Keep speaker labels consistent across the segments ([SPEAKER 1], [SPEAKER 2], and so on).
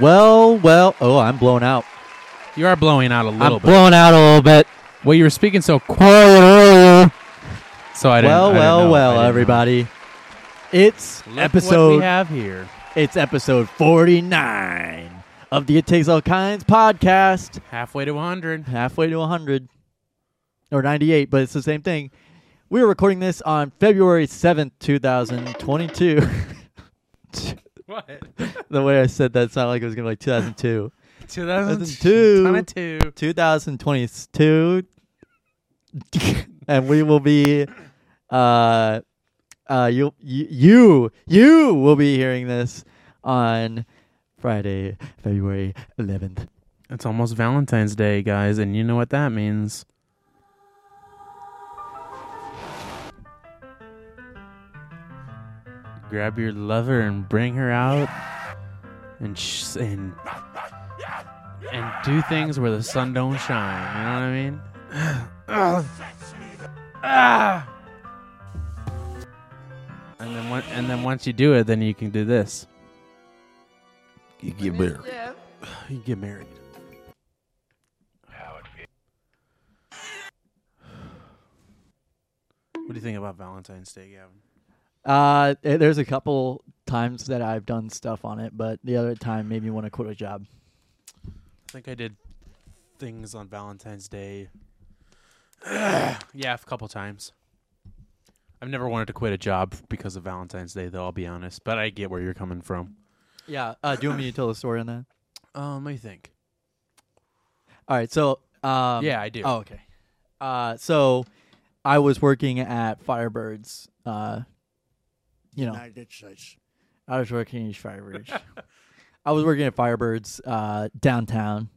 [SPEAKER 1] Well, well, oh, I'm blown out.
[SPEAKER 2] You are blowing out a little
[SPEAKER 1] I'm
[SPEAKER 2] bit.
[SPEAKER 1] blown out a little bit.
[SPEAKER 2] well, you were speaking so quick, so I didn't. I
[SPEAKER 1] well,
[SPEAKER 2] didn't
[SPEAKER 1] well,
[SPEAKER 2] know. I
[SPEAKER 1] well,
[SPEAKER 2] didn't know.
[SPEAKER 1] everybody. It's
[SPEAKER 2] Look What we
[SPEAKER 1] episode
[SPEAKER 2] have here.
[SPEAKER 1] it's episode 49 of the It Takes All Kinds podcast.
[SPEAKER 2] Halfway to 100.
[SPEAKER 1] halfway to 100 or 98 but it's the same thing we were recording this on february 7th 2022
[SPEAKER 2] What?
[SPEAKER 1] the way i said that sounded like it was gonna be like 2002
[SPEAKER 2] 2002.
[SPEAKER 1] 2022 and we will be uh uh you you you you will be hearing this on friday february 11th
[SPEAKER 2] It's almost Valentine's Day, guys, and you know what that means. Grab your lover and bring her out, and sh- and and do things where the sun don't shine. You know what I mean? Ah! And then one, and then once you do it, then you can do this.
[SPEAKER 3] You get married.
[SPEAKER 2] You get married. What do you think about Valentine's Day, Gavin?
[SPEAKER 1] Uh, th- there's a couple times that I've done stuff on it, but the other time made me want to quit a job.
[SPEAKER 2] I think I did things on Valentine's Day. yeah, a couple times. I've never wanted to quit a job because of Valentine's Day, though. I'll be honest, but I get where you're coming from.
[SPEAKER 1] Yeah. Uh, do you want me to tell the story on that?
[SPEAKER 2] Um, let me think.
[SPEAKER 1] All right. So, um,
[SPEAKER 2] yeah, I do.
[SPEAKER 1] Oh, okay. Uh, so I was working at Firebirds. Uh, you know,
[SPEAKER 3] United States.
[SPEAKER 1] I was working at Firebirds. I was working at Firebirds uh, downtown.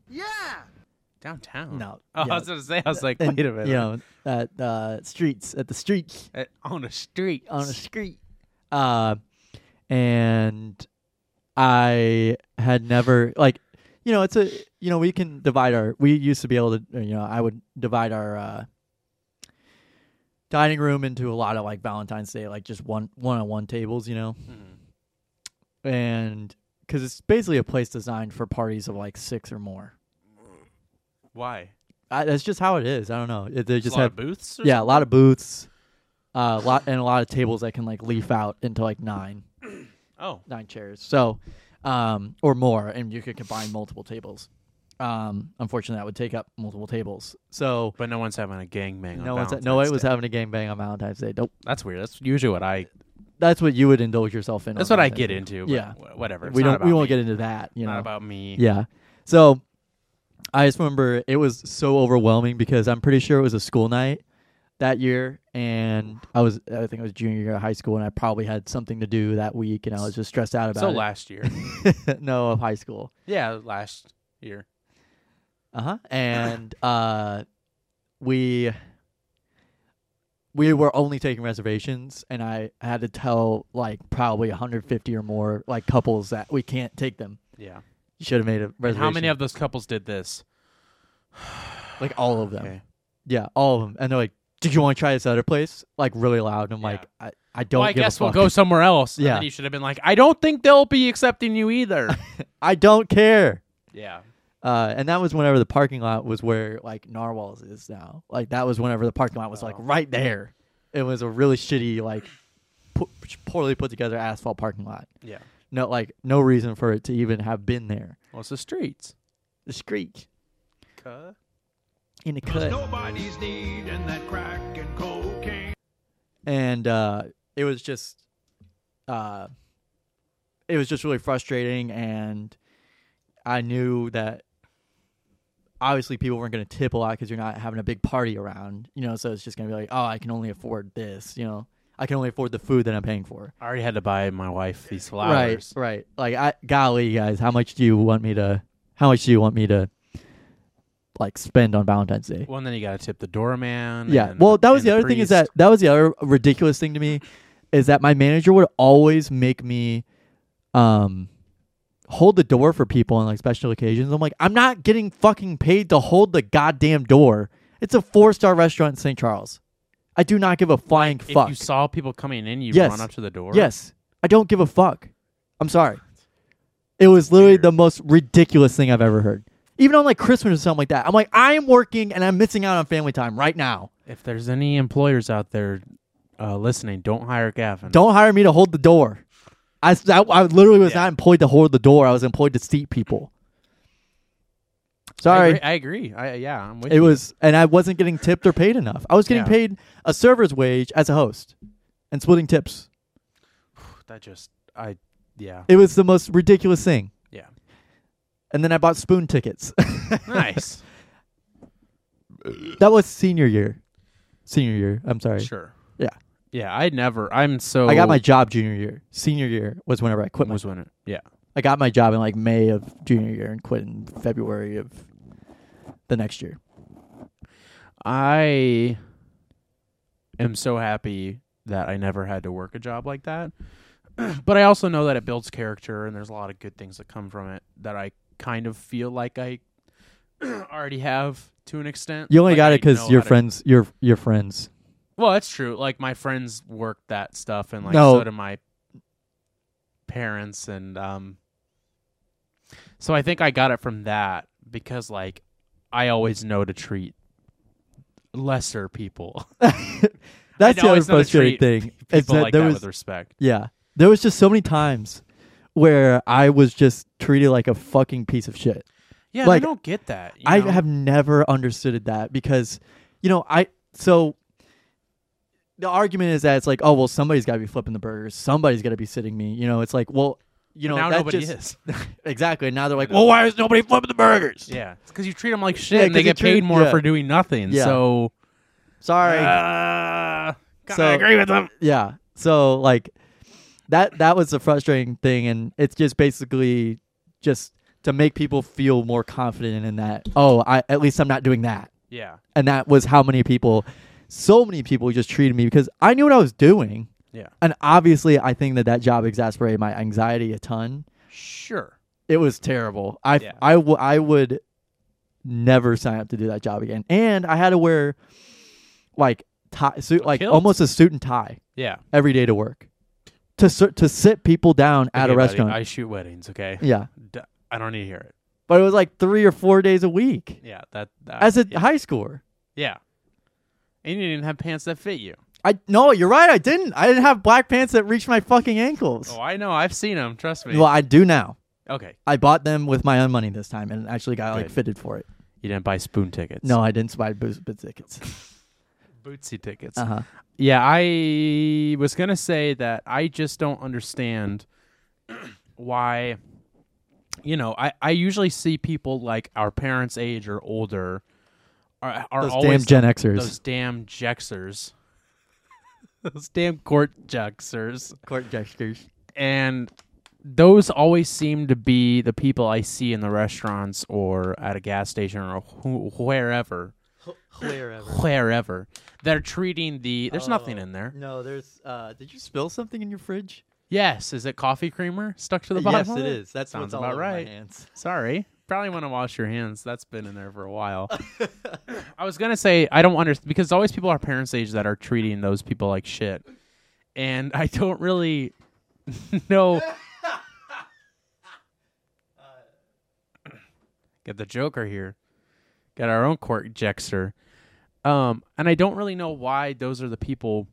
[SPEAKER 2] downtown.
[SPEAKER 1] No.
[SPEAKER 2] Oh,
[SPEAKER 1] yeah,
[SPEAKER 2] I was gonna say. I was like,
[SPEAKER 1] and,
[SPEAKER 2] wait a minute.
[SPEAKER 1] You know, at uh, streets at the streets.
[SPEAKER 2] Uh, on the street.
[SPEAKER 1] on a street. Uh, and I had never like, you know, it's a you know we can divide our. We used to be able to, uh, you know, I would divide our uh, dining room into a lot of like Valentine's Day, like just one one on one tables, you know,
[SPEAKER 2] Mm-hmm.
[SPEAKER 1] and because it's basically a place designed for parties of like six or more.
[SPEAKER 2] Why?
[SPEAKER 1] I, that's just how it is. I don't know. It, they just
[SPEAKER 2] a lot
[SPEAKER 1] have
[SPEAKER 2] of booths. Or
[SPEAKER 1] yeah, a lot of booths, uh, a lot and a lot of tables that can like leaf out into like nine.
[SPEAKER 2] Oh,
[SPEAKER 1] nine chairs. So, um, or more, and you could combine multiple tables. Um, unfortunately, that would take up multiple tables. So
[SPEAKER 2] but no one's having a gangbang.
[SPEAKER 1] no
[SPEAKER 2] on
[SPEAKER 1] one's
[SPEAKER 2] Valentine's
[SPEAKER 1] no one was
[SPEAKER 2] Day.
[SPEAKER 1] having a gangbang on Valentine's Day. Nope.
[SPEAKER 2] That's weird. That's usually what I.
[SPEAKER 1] That's what you would indulge yourself in. on
[SPEAKER 2] That's what I
[SPEAKER 1] Valentine's
[SPEAKER 2] get
[SPEAKER 1] Day.
[SPEAKER 2] into.
[SPEAKER 1] Yeah.
[SPEAKER 2] Yeah. Whatever. It's
[SPEAKER 1] we
[SPEAKER 2] not
[SPEAKER 1] don't.
[SPEAKER 2] About
[SPEAKER 1] We won't
[SPEAKER 2] me.
[SPEAKER 1] get into that. You
[SPEAKER 2] Not
[SPEAKER 1] know.
[SPEAKER 2] about me.
[SPEAKER 1] yeah. So, I just remember it was so overwhelming because I'm pretty sure it was a school night that year, and I was I think I was junior year of high school, and I probably had something to do that week, and I was just stressed out about
[SPEAKER 2] So
[SPEAKER 1] it.
[SPEAKER 2] last year.
[SPEAKER 1] no, of high school.
[SPEAKER 2] yeah, last year.
[SPEAKER 1] Uh-huh. And uh we we were only taking reservations and I had to tell like probably 150 or more like couples that we can't take them.
[SPEAKER 2] Yeah.
[SPEAKER 1] You should have made a
[SPEAKER 2] And
[SPEAKER 1] reservation.
[SPEAKER 2] how many of those couples did this?
[SPEAKER 1] like all of them.
[SPEAKER 2] Okay.
[SPEAKER 1] Yeah, all of them. And they're like, "Did you want to try this other place?" like really loud. And I'm
[SPEAKER 2] Yeah.
[SPEAKER 1] like, "I I don't
[SPEAKER 2] well, I
[SPEAKER 1] give
[SPEAKER 2] guess
[SPEAKER 1] a
[SPEAKER 2] we'll
[SPEAKER 1] fuck.
[SPEAKER 2] go somewhere else. And
[SPEAKER 1] Yeah.
[SPEAKER 2] then you should have been like, I don't think they'll be accepting you either.
[SPEAKER 1] I don't care."
[SPEAKER 2] yeah.
[SPEAKER 1] Uh, and that was whenever the parking lot was where like Narwhals is now. Like that was whenever the parking lot was like
[SPEAKER 2] Oh.
[SPEAKER 1] right there. It was a really shitty like po- poorly put together asphalt parking lot.
[SPEAKER 2] Yeah.
[SPEAKER 1] No, like no reason for it to even have been there.
[SPEAKER 2] Well, it's the streets.
[SPEAKER 1] The street. in the cut.
[SPEAKER 4] Nobody's needing that crack and cocaine.
[SPEAKER 1] and uh, it was just uh, it was just really frustrating and i knew that obviously people weren't going to tip a lot because you're not having a big party around you know so it's just going to be like oh i can only afford this you know i can only afford the food that i'm paying for
[SPEAKER 2] I already had to buy my wife these
[SPEAKER 1] right right like i golly guys how much do you want me to how much do you want me to like spend on valentine's day
[SPEAKER 2] Well, and then you got to tip the doorman.
[SPEAKER 1] Yeah.
[SPEAKER 2] and-
[SPEAKER 1] Well, that was
[SPEAKER 2] and
[SPEAKER 1] the other thing is that that was the other ridiculous thing to me is that my manager would always make me um hold the door for people on like special occasions. I'm like, I'm not getting fucking paid to hold the goddamn door. It's a four-star restaurant in St. Charles. I do not give a flying
[SPEAKER 2] priest. If
[SPEAKER 1] fuck.
[SPEAKER 2] you saw people coming in, you
[SPEAKER 1] Yes.
[SPEAKER 2] run up to the door.
[SPEAKER 1] yes. I don't give a fuck. I'm sorry. It was literally
[SPEAKER 2] Weird.
[SPEAKER 1] the most ridiculous thing I've ever heard. Even on like Christmas or something like that. I'm like, I am working and I'm missing out on family time right now.
[SPEAKER 2] If there's any employers out there uh, listening, don't hire Gavin.
[SPEAKER 1] Don't hire me to hold the door. I, s- I- I literally was
[SPEAKER 2] Yeah.
[SPEAKER 1] not employed to hold the door. I was employed to seat people. Sorry.
[SPEAKER 2] I agree. I agree. I, yeah, I'm with
[SPEAKER 1] It
[SPEAKER 2] you.
[SPEAKER 1] was, and I wasn't getting tipped or paid enough. I was getting
[SPEAKER 2] Yeah.
[SPEAKER 1] paid a server's wage as a host and splitting tips.
[SPEAKER 2] that just I yeah
[SPEAKER 1] It was the most ridiculous thing.
[SPEAKER 2] yeah
[SPEAKER 1] And then I bought spoon tickets.
[SPEAKER 2] nice
[SPEAKER 1] that was senior year. Senior year. I'm sorry.
[SPEAKER 2] sure
[SPEAKER 1] Yeah.
[SPEAKER 2] yeah I never I'm so
[SPEAKER 1] I got my job junior year. Senior year was whenever I quit. My,
[SPEAKER 2] was when it yeah
[SPEAKER 1] I got my job in like May of junior year and quit in February of the next year.
[SPEAKER 2] I am so happy that I never had to work a job like that. but I also know that it builds character and there's a lot of good things that come from it that I kind of feel like I already have to an extent.
[SPEAKER 1] You only
[SPEAKER 2] Like,
[SPEAKER 1] got
[SPEAKER 2] I
[SPEAKER 1] it because
[SPEAKER 2] know
[SPEAKER 1] your
[SPEAKER 2] how to-
[SPEAKER 1] friends, your your friends.
[SPEAKER 2] Well, that's true. Like my friends worked that stuff and like
[SPEAKER 1] No.
[SPEAKER 2] so do my parents and um so I think I got it from that because like I always know to treat lesser people
[SPEAKER 1] That's
[SPEAKER 2] I'd
[SPEAKER 1] the other
[SPEAKER 2] always know to
[SPEAKER 1] frustrating
[SPEAKER 2] treat
[SPEAKER 1] thing.
[SPEAKER 2] people
[SPEAKER 1] is that
[SPEAKER 2] like
[SPEAKER 1] there
[SPEAKER 2] that
[SPEAKER 1] was
[SPEAKER 2] with respect.
[SPEAKER 1] yeah, there was just so many times where I was just treated like a fucking piece of shit.
[SPEAKER 2] Yeah,
[SPEAKER 1] Like,
[SPEAKER 2] I don't get that. you
[SPEAKER 1] I
[SPEAKER 2] know?
[SPEAKER 1] have never understood that because, you know, I so the argument is that it's like, oh well, somebody's got to be flipping the burgers, somebody's got to be sitting me. You know, it's like, well, you know,
[SPEAKER 2] now
[SPEAKER 1] that
[SPEAKER 2] nobody
[SPEAKER 1] just,
[SPEAKER 2] is.
[SPEAKER 1] exactly. And now they're like, well, why is nobody flipping the burgers?
[SPEAKER 2] Yeah, it's because you treat them like shit,
[SPEAKER 1] Yeah,
[SPEAKER 2] and they
[SPEAKER 1] 'cause you
[SPEAKER 2] get paid
[SPEAKER 1] treat-
[SPEAKER 2] more
[SPEAKER 1] yeah.
[SPEAKER 2] for doing nothing.
[SPEAKER 1] Yeah.
[SPEAKER 2] So,
[SPEAKER 1] Sorry.
[SPEAKER 2] uh, gotta
[SPEAKER 1] So-
[SPEAKER 2] agree with them.
[SPEAKER 1] yeah so like that that was the frustrating thing and it's just basically just to make people feel more confident in that oh i at least i'm not doing that
[SPEAKER 2] Yeah,
[SPEAKER 1] and that was how many people so many people just treated me because i knew what i was doing
[SPEAKER 2] yeah,
[SPEAKER 1] and obviously i think that that job exasperated my anxiety a ton
[SPEAKER 2] sure.
[SPEAKER 1] it was terrible i
[SPEAKER 2] Yeah.
[SPEAKER 1] I, w- I would never sign up to do that job again and i had to wear like tie suit like
[SPEAKER 2] Kilt.
[SPEAKER 1] almost a suit and tie
[SPEAKER 2] Yeah,
[SPEAKER 1] every day to work to sit, to sit people down at
[SPEAKER 2] Okay,
[SPEAKER 1] a
[SPEAKER 2] buddy,
[SPEAKER 1] restaurant.
[SPEAKER 2] I shoot weddings. Okay,
[SPEAKER 1] yeah,
[SPEAKER 2] D- I don't need to hear it.
[SPEAKER 1] but it was like three or four days a week
[SPEAKER 2] Yeah, that, that
[SPEAKER 1] as a
[SPEAKER 2] Ah, yeah,
[SPEAKER 1] high schooler.
[SPEAKER 2] yeah, and you didn't have pants that fit you.
[SPEAKER 1] I no, you're right. I didn't. I didn't have black pants that reached my fucking ankles.
[SPEAKER 2] Oh, I know. I've seen them. Trust me.
[SPEAKER 1] well, I do now.
[SPEAKER 2] okay,
[SPEAKER 1] I bought them with my own money this time and actually got like
[SPEAKER 2] Good.
[SPEAKER 1] fitted for it.
[SPEAKER 2] you didn't buy spoon tickets.
[SPEAKER 1] No, I didn't buy booze but tickets.
[SPEAKER 2] bootsy tickets.
[SPEAKER 1] Uh huh.
[SPEAKER 2] Yeah, I was going to say that I just don't understand why you know, I I usually see people like our parents' age or older are, are
[SPEAKER 1] Those damn
[SPEAKER 2] always
[SPEAKER 1] Gen Xers,
[SPEAKER 2] those damn jexers. those damn court jexers.
[SPEAKER 1] court gestures.
[SPEAKER 2] And those always seem to be the people I see in the restaurants or at a gas station or wh- wherever,
[SPEAKER 1] Wherever.
[SPEAKER 2] wherever. They're treating the there's nothing
[SPEAKER 1] Oh.
[SPEAKER 2] in there.
[SPEAKER 1] No, there's. uh Did you spill something in your fridge?
[SPEAKER 2] Yes, is it coffee creamer stuck to the bottom?
[SPEAKER 1] yes,
[SPEAKER 2] of
[SPEAKER 1] it is. That's
[SPEAKER 2] Sounds
[SPEAKER 1] what's all
[SPEAKER 2] about
[SPEAKER 1] over
[SPEAKER 2] right.
[SPEAKER 1] my hands.
[SPEAKER 2] Sorry, probably want to wash your hands. That's been in there for a while. I was gonna say I don't understand because there's always people our parents' age that are treating those people like shit, and I don't really know. Get the Joker here. Got our own court jexer. Um, and I don't really know why those are the people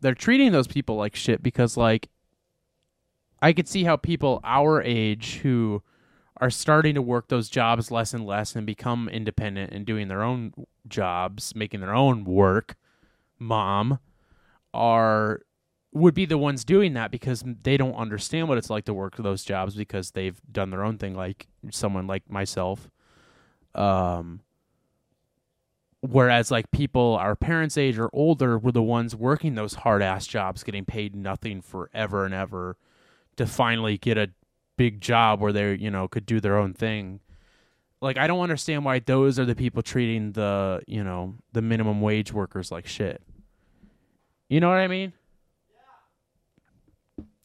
[SPEAKER 2] they're treating those people like shit because like I could see how people our age who are starting to work those jobs less and less and become independent and doing their own jobs, making their own work, mom, are would be the ones doing that because they don't understand what it's like to work those jobs because they've done their own thing like someone like myself um whereas like people our parents age or older were the ones working those hard ass jobs getting paid nothing forever and ever to finally get a big job where they you know could do their own thing like i don't understand why those are the people treating the you know the minimum wage workers like shit you know what i mean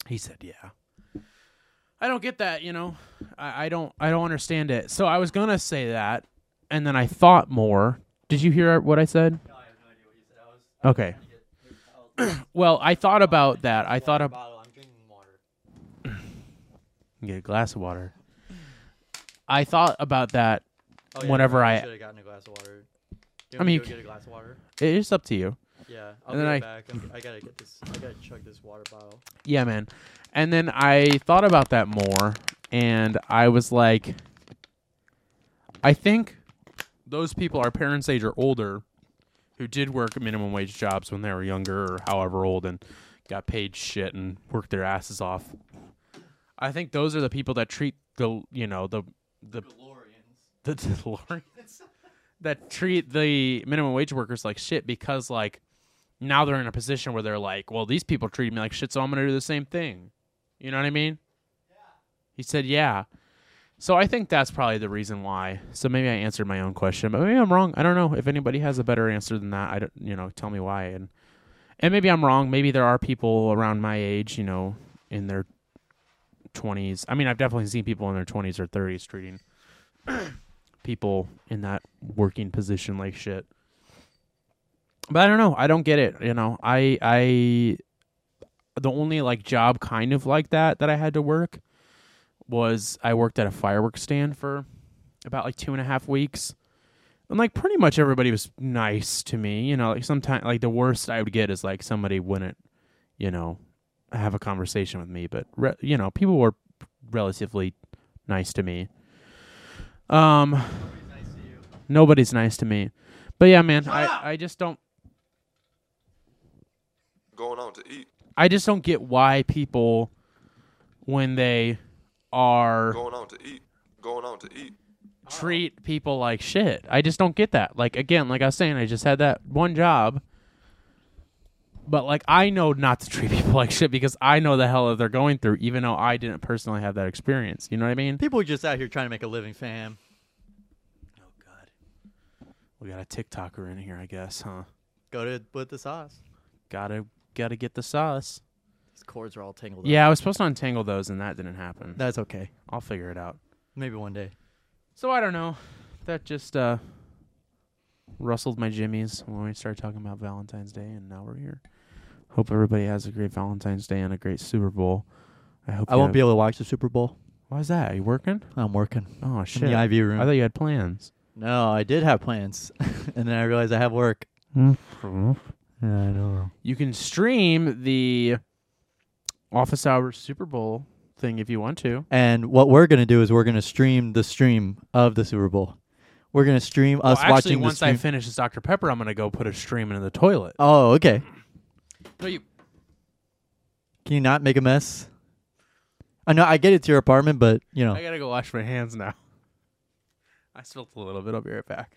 [SPEAKER 2] he said yeah i don't get that you know I, I don't i don't understand it so i was gonna say that and then i thought more did you hear what i said okay well i thought about that i thought about
[SPEAKER 1] bottle. I'm drinking water.
[SPEAKER 2] get a glass of water i thought about that
[SPEAKER 1] Oh,
[SPEAKER 2] Whenever
[SPEAKER 1] no,
[SPEAKER 2] I-
[SPEAKER 1] should have gotten a glass of water. Do
[SPEAKER 2] I
[SPEAKER 1] you
[SPEAKER 2] mean,
[SPEAKER 1] want me
[SPEAKER 2] you
[SPEAKER 1] to go
[SPEAKER 2] c-
[SPEAKER 1] get a glass of water.
[SPEAKER 2] it's up to you
[SPEAKER 1] Yeah,
[SPEAKER 2] And
[SPEAKER 1] I'll be
[SPEAKER 2] then
[SPEAKER 1] right
[SPEAKER 2] I-
[SPEAKER 1] back. I'm, I gotta get this. I gotta chug this water bottle.
[SPEAKER 2] Yeah, man. And then I thought about that more, and I was like, I think those people our parents' age or older who did work minimum wage jobs when they were younger or however old and got paid shit and worked their asses off. I think those are the people that treat the you know the the the DeLoreans that treat the minimum wage workers like shit because like now they're in a position where they're like, well, these people treated me like shit, so I'm gonna do the same thing. You know what I mean? He said, yeah. So I think that's probably the reason why. So maybe I answered my own question, but maybe I'm wrong. I don't know if anybody has a better answer than that. I don't, you know, tell me why. And and maybe I'm wrong. Maybe there are people around my age, you know, in their 20s. I mean, I've definitely seen people in their 20s or 30s treating people in that working position like shit. But I don't know. I don't get it. You know, I I the only like job kind of like that that I had to work was I worked at a fireworks stand for about like two and a half weeks. And like pretty much everybody was nice to me, you know, like sometimes like the worst I would get is like somebody wouldn't, you know, have a conversation with me, but re- you know, people were relatively nice to me. Um Nobody's nice to me. But yeah, man, I, I just don't
[SPEAKER 5] Going out to eat.
[SPEAKER 2] I just don't get why people when they are
[SPEAKER 5] Going out to eat. Going out to eat.
[SPEAKER 2] treat people like shit. I just don't get that. Like again, like I was saying, I just had that one job. But like I know not to treat people like shit because I know the hell that they're going through, even though I didn't personally have that experience. You know what I mean?
[SPEAKER 1] People are just out here trying to make a living, fam. Oh,
[SPEAKER 2] We got a TikToker in here, I guess, huh?
[SPEAKER 1] Go to with the sauce.
[SPEAKER 2] Gotta gotta get the sauce.
[SPEAKER 1] These cords are all tangled. up.
[SPEAKER 2] Yeah, I was supposed to untangle those and that didn't happen.
[SPEAKER 1] that's okay.
[SPEAKER 2] I'll figure it out.
[SPEAKER 1] Maybe one day.
[SPEAKER 2] So I don't know. That just uh rustled my jimmies when we started talking about Valentine's Day and now we're here. Hope everybody has a great Valentine's Day and a great Super Bowl. I hope
[SPEAKER 1] I won't be able to watch the Super Bowl.
[SPEAKER 2] Why is that? Are you working?
[SPEAKER 1] I'm working
[SPEAKER 2] Oh
[SPEAKER 1] in
[SPEAKER 2] shit.
[SPEAKER 1] the IV room.
[SPEAKER 2] I thought you had plans.
[SPEAKER 1] no, I did have plans, and then I realized I have work. Yeah, I know.
[SPEAKER 2] You can stream the office hours Super Bowl thing if you want to.
[SPEAKER 1] And what we're gonna do is we're gonna stream the stream of the Super Bowl. We're gonna stream us
[SPEAKER 2] well, actually
[SPEAKER 1] watching
[SPEAKER 2] once
[SPEAKER 1] the
[SPEAKER 2] I
[SPEAKER 1] stream.
[SPEAKER 2] finish this Dr. Pepper, I'm gonna go put a stream into the toilet.
[SPEAKER 1] oh, okay.
[SPEAKER 2] No, you
[SPEAKER 1] Can you not make a mess? I know I get it's your apartment, but you know
[SPEAKER 2] I gotta go wash my hands now. I spilt a little bit. I'll be right back.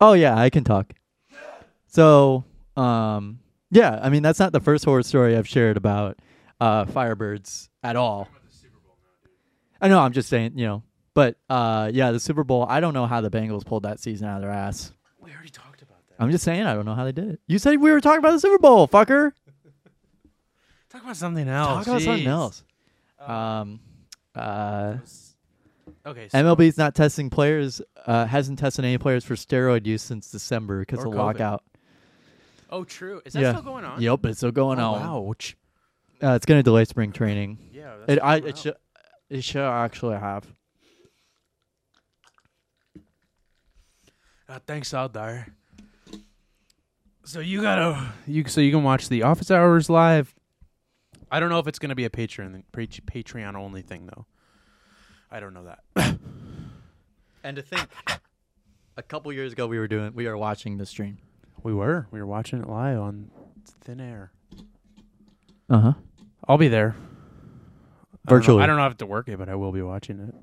[SPEAKER 1] Oh yeah, I can talk. So, um, yeah, I mean that's not the first horror story I've shared about uh, Firebirds at all. I know, I'm just saying, you know, but uh, yeah, the Super Bowl. I don't know how the Bengals pulled that season out of their ass.
[SPEAKER 2] We already talked about that.
[SPEAKER 1] I'm just saying, I don't know how they did it. You said we were talking about the Super Bowl, fucker.
[SPEAKER 2] Talk about something else.
[SPEAKER 1] Talk about something
[SPEAKER 2] Oh, jeez.
[SPEAKER 1] else. Um, uh,
[SPEAKER 2] Okay. So
[SPEAKER 1] MLB's not testing players. Uh, hasn't tested any players for steroid use since December because
[SPEAKER 2] Or
[SPEAKER 1] of the
[SPEAKER 2] COVID.
[SPEAKER 1] lockout.
[SPEAKER 2] oh, true. Is that
[SPEAKER 1] Yeah.
[SPEAKER 2] still going on?
[SPEAKER 1] Yep, it's still going on.
[SPEAKER 2] Oh, ouch.
[SPEAKER 1] Uh, it's going to delay spring training.
[SPEAKER 2] Yeah. that's
[SPEAKER 1] It I
[SPEAKER 2] going
[SPEAKER 1] it
[SPEAKER 2] out.
[SPEAKER 1] should it should actually have.
[SPEAKER 2] Uh, thanks, out there. So you gotta you so you can watch the office hours live. I don't know if it's gonna be a Patreon Patreon only thing though. I don't know that.
[SPEAKER 1] And to think, a couple years ago we were doing, we were watching the stream.
[SPEAKER 2] we were. We were watching it live on thin air.
[SPEAKER 1] Uh huh.
[SPEAKER 2] I'll be there. I don't know-
[SPEAKER 1] Virtually.
[SPEAKER 2] I don't know if I have to work it, but I will be watching it.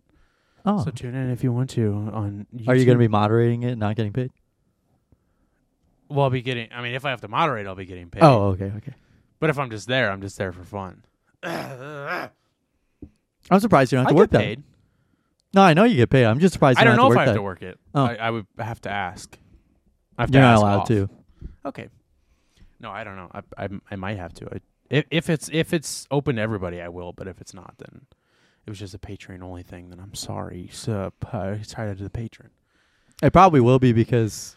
[SPEAKER 1] Oh,
[SPEAKER 2] So tune in if you want to on YouTube.
[SPEAKER 1] are you going to be moderating it, and not getting paid?
[SPEAKER 2] Well, I'll be getting. I mean, if I have to moderate, I'll be getting paid.
[SPEAKER 1] Oh, okay, okay.
[SPEAKER 2] But if I'm just there, I'm just there for fun.
[SPEAKER 1] I'm surprised you don't have
[SPEAKER 2] I
[SPEAKER 1] to work
[SPEAKER 2] get
[SPEAKER 1] that.
[SPEAKER 2] paid.
[SPEAKER 1] No, I know you get paid. I'm just surprised.
[SPEAKER 2] I
[SPEAKER 1] You
[SPEAKER 2] don't know if I have
[SPEAKER 1] have
[SPEAKER 2] to work it.
[SPEAKER 1] Oh.
[SPEAKER 2] I, I would have to ask. I have
[SPEAKER 1] that. You're
[SPEAKER 2] to
[SPEAKER 1] not
[SPEAKER 2] ask
[SPEAKER 1] allowed
[SPEAKER 2] off.
[SPEAKER 1] to.
[SPEAKER 2] Okay. No, I don't know. I I, I might have to. I, if if it's if it's open to everybody, I will. But if it's not, then it was just a Patreon only thing. Then I'm sorry. So uh, tied to the patron.
[SPEAKER 1] It probably will be because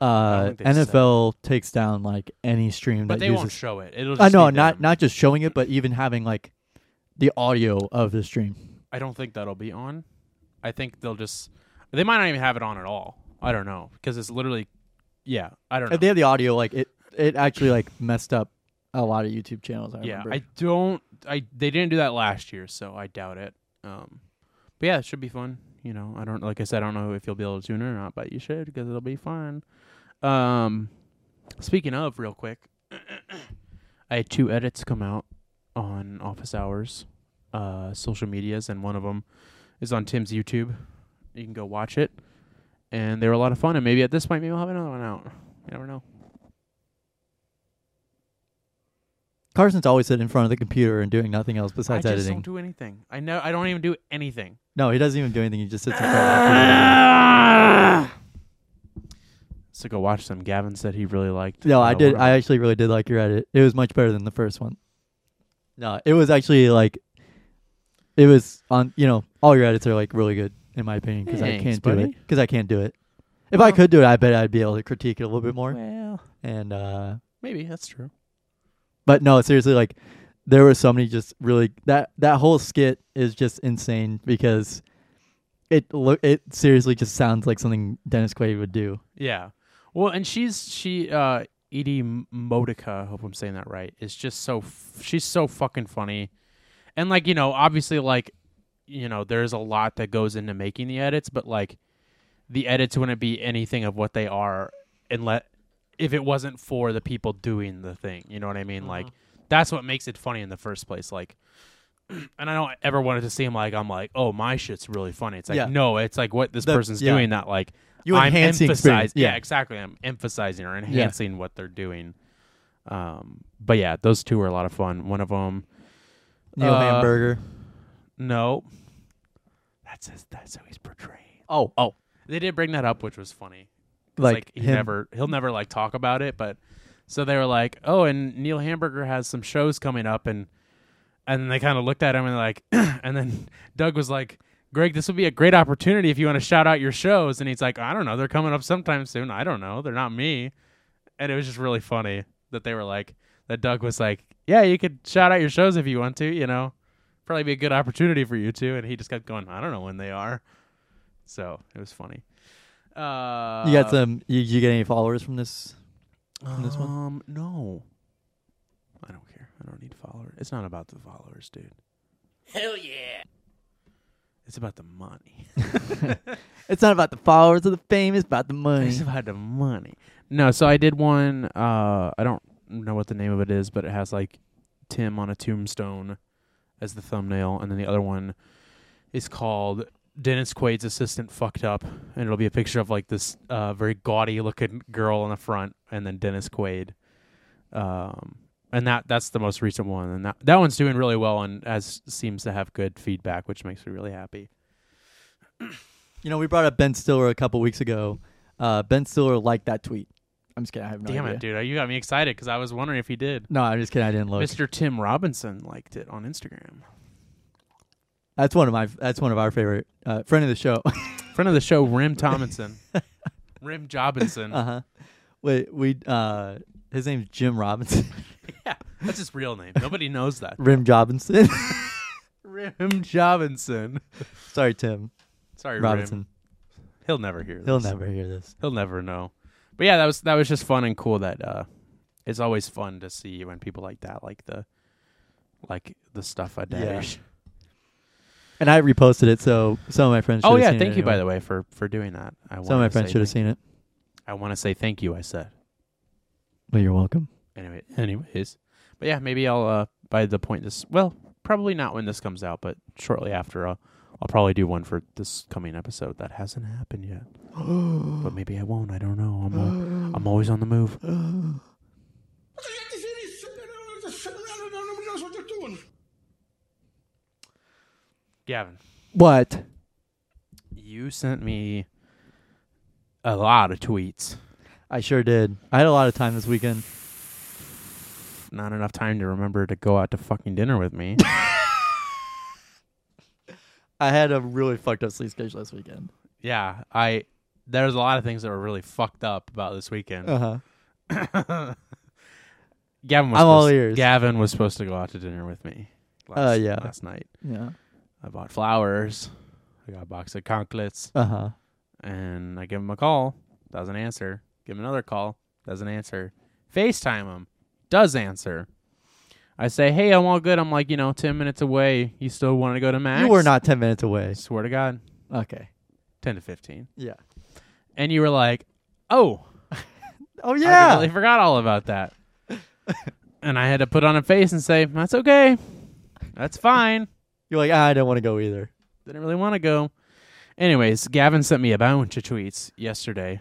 [SPEAKER 2] don't
[SPEAKER 1] uh,
[SPEAKER 2] think they said.
[SPEAKER 1] NFL takes down like any stream
[SPEAKER 2] But
[SPEAKER 1] that
[SPEAKER 2] they
[SPEAKER 1] uses.
[SPEAKER 2] won't show it. It'll. Just
[SPEAKER 1] I know,
[SPEAKER 2] be
[SPEAKER 1] not
[SPEAKER 2] them.
[SPEAKER 1] not just showing it, but even having like the audio of the stream.
[SPEAKER 2] I don't think that'll be on. I think they'll just. They might not even have it on at all. I don't know because it's literally. Yeah, I don't know.
[SPEAKER 1] If they have the audio, like it, it actually like messed up a lot of YouTube channels. I
[SPEAKER 2] yeah,
[SPEAKER 1] remember.
[SPEAKER 2] I don't. I they didn't do that last year, so I doubt it. Um, but yeah, it should be fun. You know, I don't like I said, I don't know if you'll be able to tune in or not, but you should because it'll be fun. Um, speaking of, real quick, I had two edits come out on office hours, uh, social medias, and one of them is on Tim's YouTube. You can go watch it, and they were a lot of fun. And maybe at this point, maybe we'll have another one out. You never know.
[SPEAKER 1] Carson's always sitting in front of the computer and doing nothing else besides
[SPEAKER 2] I just
[SPEAKER 1] editing.
[SPEAKER 2] don't do anything. I know I don't even do anything.
[SPEAKER 1] no, he doesn't even do anything. He just sits in front of the computer.
[SPEAKER 2] So go watch them. Gavin said he really liked.
[SPEAKER 1] No, I
[SPEAKER 2] uh,
[SPEAKER 1] did.
[SPEAKER 2] one of
[SPEAKER 1] I actually really did like your edit. It was much better than the first one. No, it was actually like, it was on. You know, all your edits are like really good in my opinion because I
[SPEAKER 2] Thanks,
[SPEAKER 1] can't do
[SPEAKER 2] buddy.
[SPEAKER 1] it because I can't do it. If I
[SPEAKER 2] Well-
[SPEAKER 1] could do it, I bet I'd be able to critique it a little bit more.
[SPEAKER 2] Well,
[SPEAKER 1] And uh
[SPEAKER 2] maybe that's true.
[SPEAKER 1] but no, seriously, like there were so many just really that that whole skit is just insane because it look it seriously just sounds like something Dennis Quaid would do.
[SPEAKER 2] Yeah. Well, and she's she uh Edie M- Modica. I hope I'm saying that right. Is just so f- she's so fucking funny, and like you know, obviously like you know, there's a lot that goes into making the edits, but like the edits wouldn't be anything of what they are unless if it wasn't for the people doing the thing. You know what I mean? Like
[SPEAKER 1] Mm-hmm.
[SPEAKER 2] that's what makes it funny in the first place. Like. And I don't ever want it to seem like I'm like, oh, my shit's really funny. It's like,
[SPEAKER 1] Yeah.
[SPEAKER 2] no, it's like what this
[SPEAKER 1] The-
[SPEAKER 2] person's
[SPEAKER 1] yeah.
[SPEAKER 2] doing that like
[SPEAKER 1] You
[SPEAKER 2] I'm
[SPEAKER 1] enhance the experience,
[SPEAKER 2] emphasizing. Yeah.
[SPEAKER 1] yeah.
[SPEAKER 2] exactly. I'm emphasizing or enhancing what they're doing. Um, but yeah, those two were a lot of fun. One of them,
[SPEAKER 1] Neil
[SPEAKER 2] Uh,
[SPEAKER 1] Hamburger.
[SPEAKER 2] no, that's his, that's how he's portrayed.
[SPEAKER 1] Oh, oh,
[SPEAKER 2] They did bring that up, which was funny. 'Cause,
[SPEAKER 1] like,
[SPEAKER 2] he
[SPEAKER 1] him.
[SPEAKER 2] never he'll never like talk about it, but so they were like, oh, and Neil Hamburger has some shows coming up, and and they kind of looked at him and like, and then Doug was like. Greg, this would be a great opportunity if you want to shout out your shows. And he's like, I don't know. They're coming up sometime soon. I don't know. They're not me. And it was just really funny that they were like, that Doug was like, yeah, you could shout out your shows if you want to, you know, probably be a good opportunity for you to. And he just kept going, I don't know when they are. So it was funny. Uh,
[SPEAKER 1] You got some? You, you get any followers from this? from this one?
[SPEAKER 2] Um, no. I don't care. I don't need followers. It's not about the followers, dude. Hell yeah. It's about the money.
[SPEAKER 1] It's not about the followers or the fame. It's about the money.
[SPEAKER 2] It's about the money. No, so I did one. Uh, I don't know what the name of it is, but it has like Tim on a tombstone as the thumbnail, and then the other one is called Dennis Quaid's assistant fucked up, and it'll be a picture of like this uh, very gaudy looking girl in the front, and then Dennis Quaid. Um, and that that's the most recent one, and that that one's doing really well, and as seems to have good feedback, which makes me really happy.
[SPEAKER 1] You know, we brought up Ben Stiller a couple weeks ago. Uh, ben Stiller liked that tweet. I'm just kidding. I have no
[SPEAKER 2] Damn
[SPEAKER 1] idea.
[SPEAKER 2] it, dude! You got me excited because I was wondering if he did.
[SPEAKER 1] No, I'm just kidding. I didn't look.
[SPEAKER 2] Mr. Tim Robinson liked it on Instagram.
[SPEAKER 1] That's one of my. That's one of our favorite uh, friend of the show.
[SPEAKER 2] Friend of the show, Rim Tomlinson. Rim Jobinson.
[SPEAKER 1] uh huh. We we uh, his name's Jim Robinson.
[SPEAKER 2] yeah, that's his real name. Nobody knows that.
[SPEAKER 1] Rim Jobinson.
[SPEAKER 2] Rim Jobinson.
[SPEAKER 1] Sorry, Tim
[SPEAKER 2] Sorry, Rim.
[SPEAKER 1] Robinson.
[SPEAKER 2] He'll never hear this.
[SPEAKER 1] He'll never hear this.
[SPEAKER 2] He'll never know. But yeah, that was that was just fun and cool. That uh, it's always fun to see when people like that, like the, like the stuff I
[SPEAKER 1] Yeah.
[SPEAKER 2] dash.
[SPEAKER 1] And I reposted it, so some of my friends.
[SPEAKER 2] Oh
[SPEAKER 1] should've
[SPEAKER 2] yeah,
[SPEAKER 1] seen
[SPEAKER 2] thank
[SPEAKER 1] it
[SPEAKER 2] you by
[SPEAKER 1] anyway.
[SPEAKER 2] the way for for doing that. I
[SPEAKER 1] Some of
[SPEAKER 2] wanna
[SPEAKER 1] my friends
[SPEAKER 2] say
[SPEAKER 1] should have
[SPEAKER 2] thank-
[SPEAKER 1] seen it.
[SPEAKER 2] I want to say thank you. I said.
[SPEAKER 1] But you're welcome.
[SPEAKER 2] Anyway, anyways, but yeah, maybe I'll uh by the point this well probably not when this comes out, but shortly after I'll I'll probably do one for this coming episode that hasn't happened yet. but maybe I won't. I don't know. I'm al- I'm always on the move. Gavin,
[SPEAKER 1] What?
[SPEAKER 2] you sent me a lot of tweets.
[SPEAKER 1] I sure did. I had a lot of time this weekend.
[SPEAKER 2] Not enough time to remember to go out to fucking dinner with me.
[SPEAKER 1] I had a really fucked up sleep schedule this weekend.
[SPEAKER 2] yeah, I there's a lot of things that were really fucked up about this weekend.
[SPEAKER 1] huh.
[SPEAKER 2] Gavin was
[SPEAKER 1] I'm all
[SPEAKER 2] supposed-
[SPEAKER 1] ears.
[SPEAKER 2] Gavin was supposed to go out to dinner with me.
[SPEAKER 1] Uh, yeah.
[SPEAKER 2] Last night,
[SPEAKER 1] Yeah.
[SPEAKER 2] I bought flowers. I got a box of conklets,
[SPEAKER 1] Uh huh.
[SPEAKER 2] and I give him a call. Doesn't answer. Give him another call. Doesn't answer. Facetime him. Does answer. I say, "Hey, I'm all good." I'm like, you know, ten minutes away. You still want to go to Max?
[SPEAKER 1] You were not ten minutes away.
[SPEAKER 2] Swear to God,
[SPEAKER 1] Okay.
[SPEAKER 2] ten to fifteen.
[SPEAKER 1] Yeah.
[SPEAKER 2] And you were like, "Oh,
[SPEAKER 1] Oh
[SPEAKER 2] I
[SPEAKER 1] yeah.
[SPEAKER 2] completely forgot all about that. and I had to put on a face and say, "That's okay, that's fine."
[SPEAKER 1] You're like, ah, I don't want to go either.
[SPEAKER 2] Didn't really want to go. Anyways, Gavin sent me a bunch of tweets yesterday.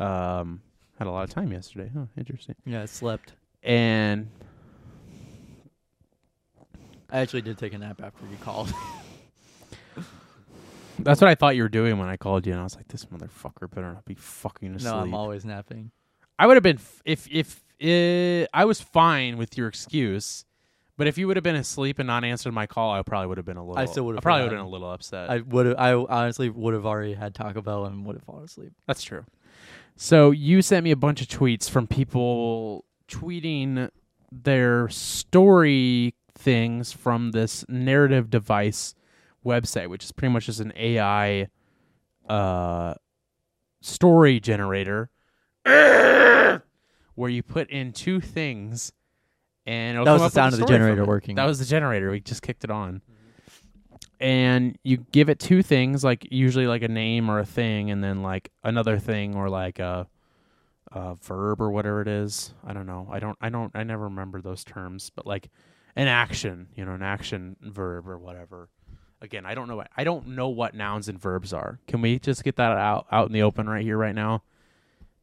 [SPEAKER 2] Um, had a lot of time yesterday. Huh, interesting.
[SPEAKER 1] Yeah, I slept.
[SPEAKER 2] And
[SPEAKER 1] I actually did take a nap after you called.
[SPEAKER 2] that's what I thought you were doing when I called you, and I was like, "This motherfucker better not be fucking asleep."
[SPEAKER 1] no, I'm always napping.
[SPEAKER 2] I would have been f- if if uh, I was fine with your excuse, but if you would have been asleep and not answered my call, I probably would have been a little.
[SPEAKER 1] still would've
[SPEAKER 2] I probably would have been
[SPEAKER 1] forgotten.
[SPEAKER 2] a little upset.
[SPEAKER 1] I would have. I honestly would have already had Taco Bell and would have fallen asleep.
[SPEAKER 2] That's true. So you sent me a bunch of tweets from people tweeting their story things from this narrative device website, which is pretty much just an AI uh, story generator, where you put in two things, and it'll
[SPEAKER 1] That
[SPEAKER 2] come
[SPEAKER 1] was the
[SPEAKER 2] up with
[SPEAKER 1] sound
[SPEAKER 2] a
[SPEAKER 1] of the
[SPEAKER 2] story from
[SPEAKER 1] generator
[SPEAKER 2] it.
[SPEAKER 1] working.
[SPEAKER 2] That was the generator. We just kicked it on. And you give it two things, like usually like a name or a thing, and then like another thing or like a, a verb or whatever it is. I don't know. I don't. I don't. I never remember those terms. But like an action, you know, an action verb or whatever. Again, I don't know. What, I don't know what nouns and verbs are. Can we just get that out out in the open right here, right now?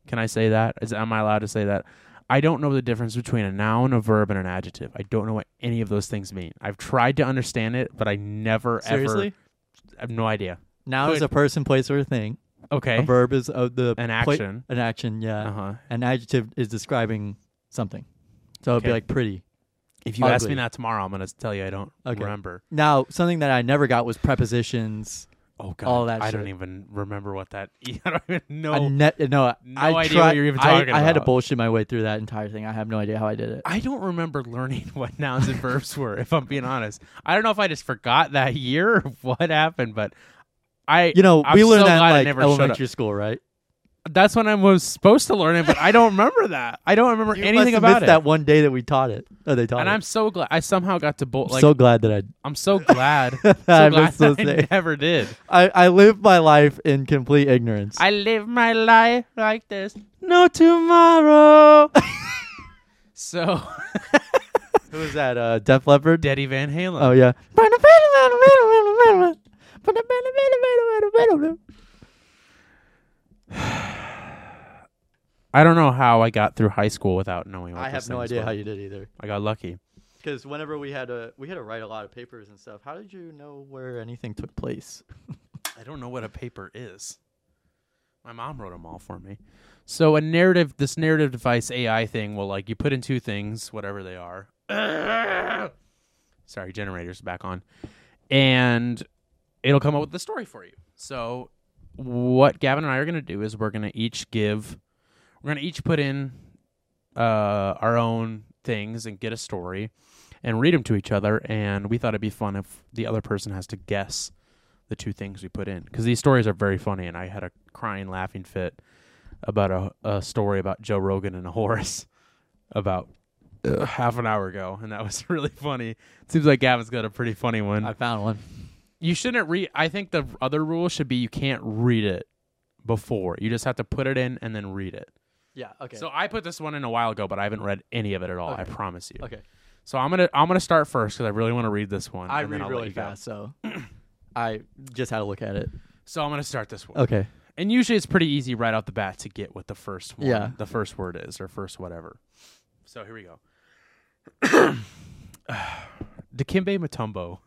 [SPEAKER 2] Can I say that? Is am I allowed to say that? I don't know the difference between a noun, a verb, and an adjective. I don't know what any of those things mean. I've tried to understand it, but I never
[SPEAKER 1] Seriously?
[SPEAKER 2] ever. I have no idea.
[SPEAKER 1] Now is
[SPEAKER 2] Could-
[SPEAKER 1] a person, place, or thing.
[SPEAKER 2] Okay.
[SPEAKER 1] A verb is uh, the
[SPEAKER 2] An
[SPEAKER 1] pla-
[SPEAKER 2] action.
[SPEAKER 1] an action, yeah.
[SPEAKER 2] Uh huh.
[SPEAKER 1] An adjective is describing something. So it'd be
[SPEAKER 2] Okay.
[SPEAKER 1] like pretty.
[SPEAKER 2] If you ask me
[SPEAKER 1] Ugly.
[SPEAKER 2] that tomorrow, I'm gonna tell you I don't
[SPEAKER 1] Okay.
[SPEAKER 2] remember.
[SPEAKER 1] Now, something that I never got was prepositions.
[SPEAKER 2] Oh god,
[SPEAKER 1] All that
[SPEAKER 2] I don't
[SPEAKER 1] shit.
[SPEAKER 2] even remember what that. I don't even know.
[SPEAKER 1] I net no,
[SPEAKER 2] No
[SPEAKER 1] I
[SPEAKER 2] idea
[SPEAKER 1] tried,
[SPEAKER 2] what you're even
[SPEAKER 1] I-
[SPEAKER 2] talking
[SPEAKER 1] I, had to
[SPEAKER 2] about.
[SPEAKER 1] bullshit my way through that entire thing. I have no idea how I did it.
[SPEAKER 2] I don't remember learning what nouns and verbs were, if I'm being honest. I don't know if I just forgot that year or what happened, but I
[SPEAKER 1] You know,
[SPEAKER 2] I'm
[SPEAKER 1] we learned
[SPEAKER 2] so
[SPEAKER 1] that
[SPEAKER 2] glad I
[SPEAKER 1] like
[SPEAKER 2] never showed up.
[SPEAKER 1] elementary school, right?
[SPEAKER 2] that's when I was supposed to learn it, but I don't remember that. I don't remember
[SPEAKER 1] You must
[SPEAKER 2] anything
[SPEAKER 1] have
[SPEAKER 2] about
[SPEAKER 1] missed
[SPEAKER 2] it.
[SPEAKER 1] that one day that we taught it. Oh, they taught
[SPEAKER 2] and
[SPEAKER 1] it.
[SPEAKER 2] I'm so glad I somehow got to both. Like
[SPEAKER 1] so glad that
[SPEAKER 2] I'm so glad, so
[SPEAKER 1] I
[SPEAKER 2] glad
[SPEAKER 1] missed those
[SPEAKER 2] that I
[SPEAKER 1] days.
[SPEAKER 2] never did.
[SPEAKER 1] I, I I lived my life in complete ignorance.
[SPEAKER 2] I live my life like this, no tomorrow. so,
[SPEAKER 1] Who was that? Uh, Def Leppard.
[SPEAKER 2] Daddy Van Halen.
[SPEAKER 1] Oh yeah.
[SPEAKER 2] I don't know how I got through high school without knowing. What
[SPEAKER 1] I have
[SPEAKER 2] those
[SPEAKER 1] no
[SPEAKER 2] things
[SPEAKER 1] idea
[SPEAKER 2] were.
[SPEAKER 1] how you did either.
[SPEAKER 2] I got lucky.
[SPEAKER 1] Because whenever we had to we had to write a lot of papers and stuff. How did you know where anything took place?
[SPEAKER 2] I don't know what a paper is. My mom wrote them all for me. So a narrative, this narrative device AI thing will like you put in two things, whatever they are. Sorry, generator's back on, and it'll come up with the story for you. So what Gavin and I are gonna do is we're gonna each give, we're gonna each put in uh, our own things and get a story, and read them to each other. And we thought it'd be fun if the other person has to guess the two things we put in because these stories are very funny and i had a crying laughing fit about a, a story about joe rogan and a horse about uh, half an hour ago and that was really funny seems like gavin's got a pretty funny one
[SPEAKER 1] I found one.
[SPEAKER 2] You shouldn't read. I think the other rule should be you can't read it before. You just have to put it in and then read it.
[SPEAKER 1] Yeah. Okay.
[SPEAKER 2] So I put this one in a while ago, but I haven't read any of it at all. I
[SPEAKER 1] Okay.
[SPEAKER 2] promise you.
[SPEAKER 1] okay.
[SPEAKER 2] So I'm gonna I'm gonna start first because I really want to read this one.
[SPEAKER 1] I
[SPEAKER 2] and then
[SPEAKER 1] read
[SPEAKER 2] I'll let
[SPEAKER 1] really
[SPEAKER 2] you go.
[SPEAKER 1] fast, so I just had to look at it.
[SPEAKER 2] So I'm gonna start this one.
[SPEAKER 1] Okay.
[SPEAKER 2] And usually it's pretty easy right off the bat to get what the first one,
[SPEAKER 1] Yeah.
[SPEAKER 2] the first word is or first whatever. So here we go. Dikembe Mutombo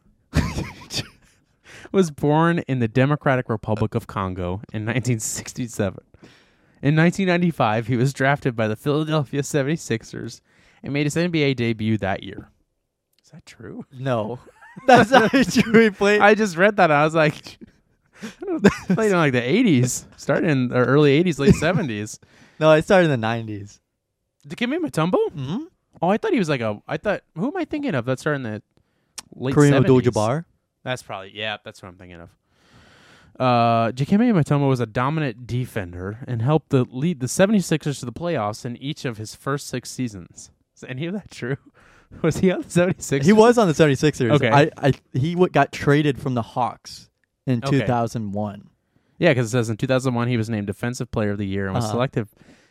[SPEAKER 2] was born in the Democratic Republic of Congo in 1967. In 1995, he was drafted by the Philadelphia 76ers and made his NBA debut that year. Is that true?
[SPEAKER 1] No, that's not true. He played.
[SPEAKER 2] I just read that. And I was like, I don't know, played in like the 80s, starting in the early 80s, late 70s.
[SPEAKER 1] no, it started in the '90s.
[SPEAKER 2] Dikembe Mutombo?
[SPEAKER 1] Mm-hmm.
[SPEAKER 2] Oh, I thought he was like a. I thought who am I thinking of? That's starting the late
[SPEAKER 1] Kareem
[SPEAKER 2] 70s.
[SPEAKER 1] Abdul-Jabbar.
[SPEAKER 2] That's probably yeah. That's what I'm thinking of. Uh, Dikembe Mutombo was a dominant defender and helped the lead the 76ers to the playoffs in each of his first six seasons. Is any of that true? Was he on the 76ers?
[SPEAKER 1] He was on the 76ers.
[SPEAKER 2] Okay.
[SPEAKER 1] I, I he w- got traded from the Hawks in
[SPEAKER 2] Okay.
[SPEAKER 1] 2001.
[SPEAKER 2] Yeah, because it says in 2001 he was named Defensive Player of the Year and was
[SPEAKER 1] Uh-huh.
[SPEAKER 2] selected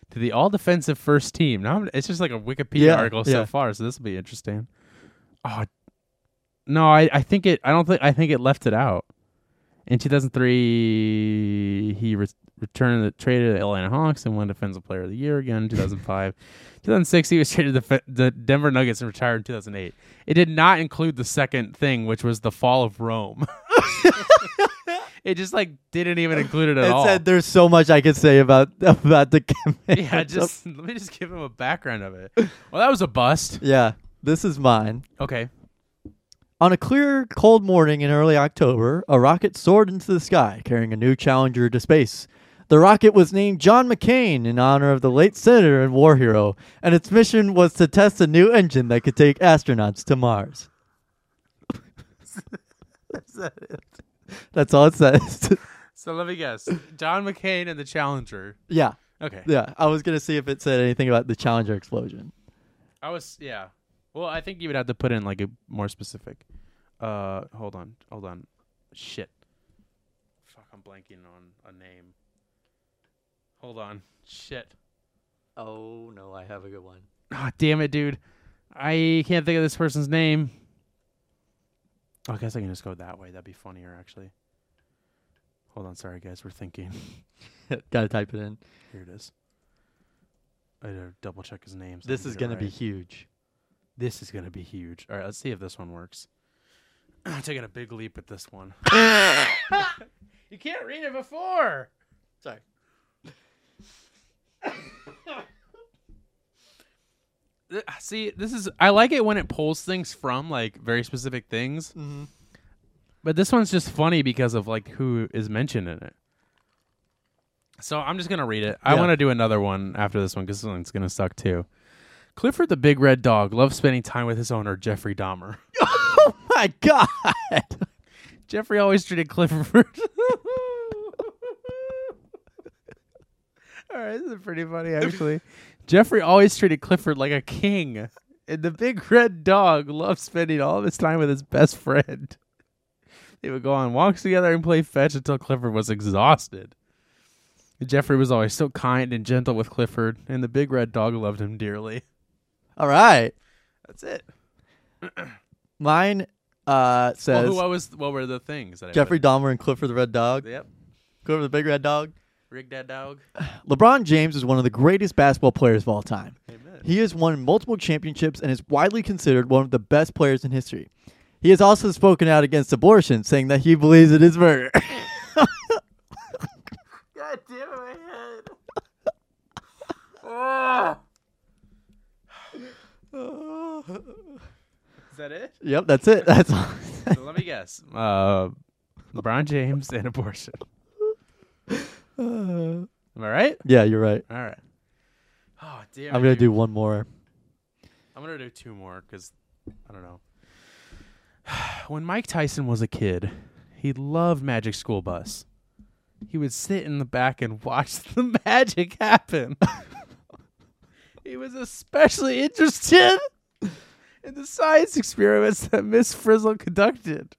[SPEAKER 2] to the All Defensive First Team. Now I'm, it's just like a Wikipedia
[SPEAKER 1] Yeah,
[SPEAKER 2] article
[SPEAKER 1] yeah.
[SPEAKER 2] so far, so this will be interesting. Oh, no, I, I think it. I don't think I think it left it out. In 2003, he re- returned the traded to the Atlanta Hawks and won Defensive Player of the Year again. in 2005, 2006, he was traded to the, Fe- the Denver Nuggets and retired in 2008. It did not include the second thing, which was the fall of Rome. it just like didn't even include it at
[SPEAKER 1] It
[SPEAKER 2] all.
[SPEAKER 1] said there's so much I could say about about the
[SPEAKER 2] yeah, just let me just give him a background of it. Well, that was a bust.
[SPEAKER 1] yeah. This is mine.
[SPEAKER 2] Okay.
[SPEAKER 1] On a clear, cold morning in early October, a rocket soared into the sky, carrying a new challenger to space. The rocket was named John McCain in honor of the late senator and war hero, and its mission was to test a new engine that could take astronauts to Mars. That's all it says.
[SPEAKER 2] So let me guess. John McCain and the Challenger.
[SPEAKER 1] yeah,
[SPEAKER 2] Okay.
[SPEAKER 1] yeah. I was gonna see if it said anything about the Challenger explosion.
[SPEAKER 2] I was yeah. Well, I think you would have to put in like a more specific. Uh, hold on, hold on. Shit. Fuck, I'm blanking on a name. Hold on. Shit.
[SPEAKER 1] Oh no, I have a good one.
[SPEAKER 2] Ah, damn it, dude. I can't think of this person's name. Oh, I guess I can just go that way. That'd be funnier, actually. Hold on, sorry guys, we're thinking.
[SPEAKER 1] Gotta type it in.
[SPEAKER 2] Here it is. I gotta double check his name. so I
[SPEAKER 1] This
[SPEAKER 2] can
[SPEAKER 1] is
[SPEAKER 2] get it
[SPEAKER 1] gonna be
[SPEAKER 2] right.
[SPEAKER 1] huge.
[SPEAKER 2] This is gonna be huge. All right, let's see if this one works. I'm taking a big leap with this one. you can't read it before.
[SPEAKER 1] Sorry.
[SPEAKER 2] Th- See, this is I like it when it pulls things from like very specific things,
[SPEAKER 1] Mhm.
[SPEAKER 2] but this one's just funny because of like who is mentioned in it. So I'm just gonna read it. I
[SPEAKER 1] Yeah.
[SPEAKER 2] want to do another one after this one because this one's gonna suck too. Clifford the Big Red Dog loved spending time with his owner Jeffrey Dahmer.
[SPEAKER 1] Oh my god.
[SPEAKER 2] Jeffrey always treated Clifford. All right, this is pretty funny actually. Jeffrey always treated Clifford like a king, and the big red dog loved spending all of his time with his best friend. They would go on walks together and play fetch until Clifford was exhausted. Jeffrey was always so kind and gentle with Clifford, and the big red dog loved him dearly.
[SPEAKER 1] All right.
[SPEAKER 2] That's it.
[SPEAKER 1] Mine uh,
[SPEAKER 2] Well,
[SPEAKER 1] says
[SPEAKER 2] Oh, who, what was what were the things? That I
[SPEAKER 1] Jeffrey Dahmer and Clifford the Red Dog.
[SPEAKER 2] put? Yep.
[SPEAKER 1] Clifford the Big Red Dog.
[SPEAKER 2] Rigged that dog.
[SPEAKER 1] LeBron James is one of the greatest basketball players of all time.
[SPEAKER 2] Amen.
[SPEAKER 1] He has won multiple championships and is widely considered one of the best players in history. He has also spoken out against abortion, saying that he believes it is murder.
[SPEAKER 2] God damn it, my head.
[SPEAKER 1] Ah.
[SPEAKER 2] Is that it?
[SPEAKER 1] yep, that's it. That's all.
[SPEAKER 2] So let me guess. Uh, LeBron James and abortion. Am I right?
[SPEAKER 1] yeah, you're right.
[SPEAKER 2] All right. Oh damn!
[SPEAKER 1] I'm
[SPEAKER 2] it,
[SPEAKER 1] gonna
[SPEAKER 2] dude.
[SPEAKER 1] do one more.
[SPEAKER 2] I'm gonna do two more because I don't know. when Mike Tyson was a kid, he loved Magic School Bus. He would sit in the back and watch the magic happen. he was especially interested in the science experiments that Miss Frizzle conducted.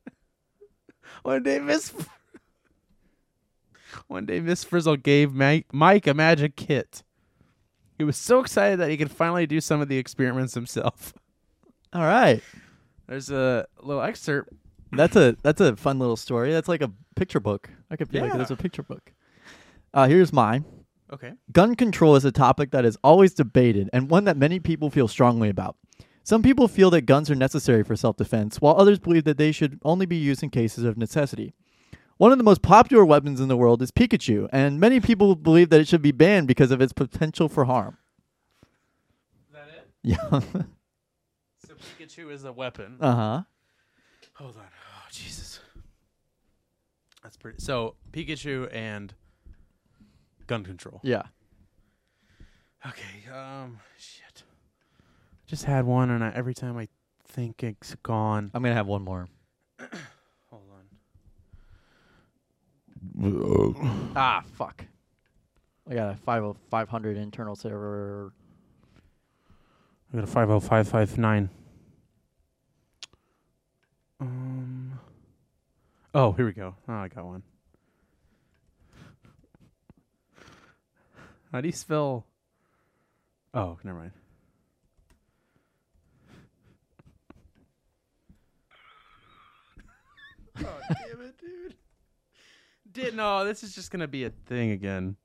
[SPEAKER 2] One day, Miss. One day, Miss Frizzle gave Mike, Mike a magic kit. He was so excited that he could finally do some of the experiments himself.
[SPEAKER 1] All right.
[SPEAKER 2] There's a little excerpt.
[SPEAKER 1] That's a that's a fun little story. That's like a picture book. I could feel like there's
[SPEAKER 2] Yeah.
[SPEAKER 1] a picture book. Uh, here's mine.
[SPEAKER 2] Okay.
[SPEAKER 1] Gun control is a topic that is always debated and one that many people feel strongly about. Some people feel that guns are necessary for self defense, while others believe that they should only be used in cases of necessity. One of the most popular weapons in the world is Pikachu, and many people believe that it should be banned because of its potential for harm.
[SPEAKER 2] Is that it?
[SPEAKER 1] Yeah.
[SPEAKER 2] So Pikachu is a weapon.
[SPEAKER 1] uh huh.
[SPEAKER 2] Hold on. Oh Jesus. That's pretty. So Pikachu and gun control.
[SPEAKER 1] Yeah.
[SPEAKER 2] Okay. Um. Shit. Just had one, and I, every time I think it's gone.
[SPEAKER 1] I'm going to have one more.
[SPEAKER 2] Hold on.
[SPEAKER 1] Ah, fuck. I got a 50- 500 internal server.
[SPEAKER 2] I got a five oh five five nine. Um. Oh, here we go. Oh, I got one. How do you spell? Oh, never mind. oh damn it, dude! Did no. This is just gonna be a thing again.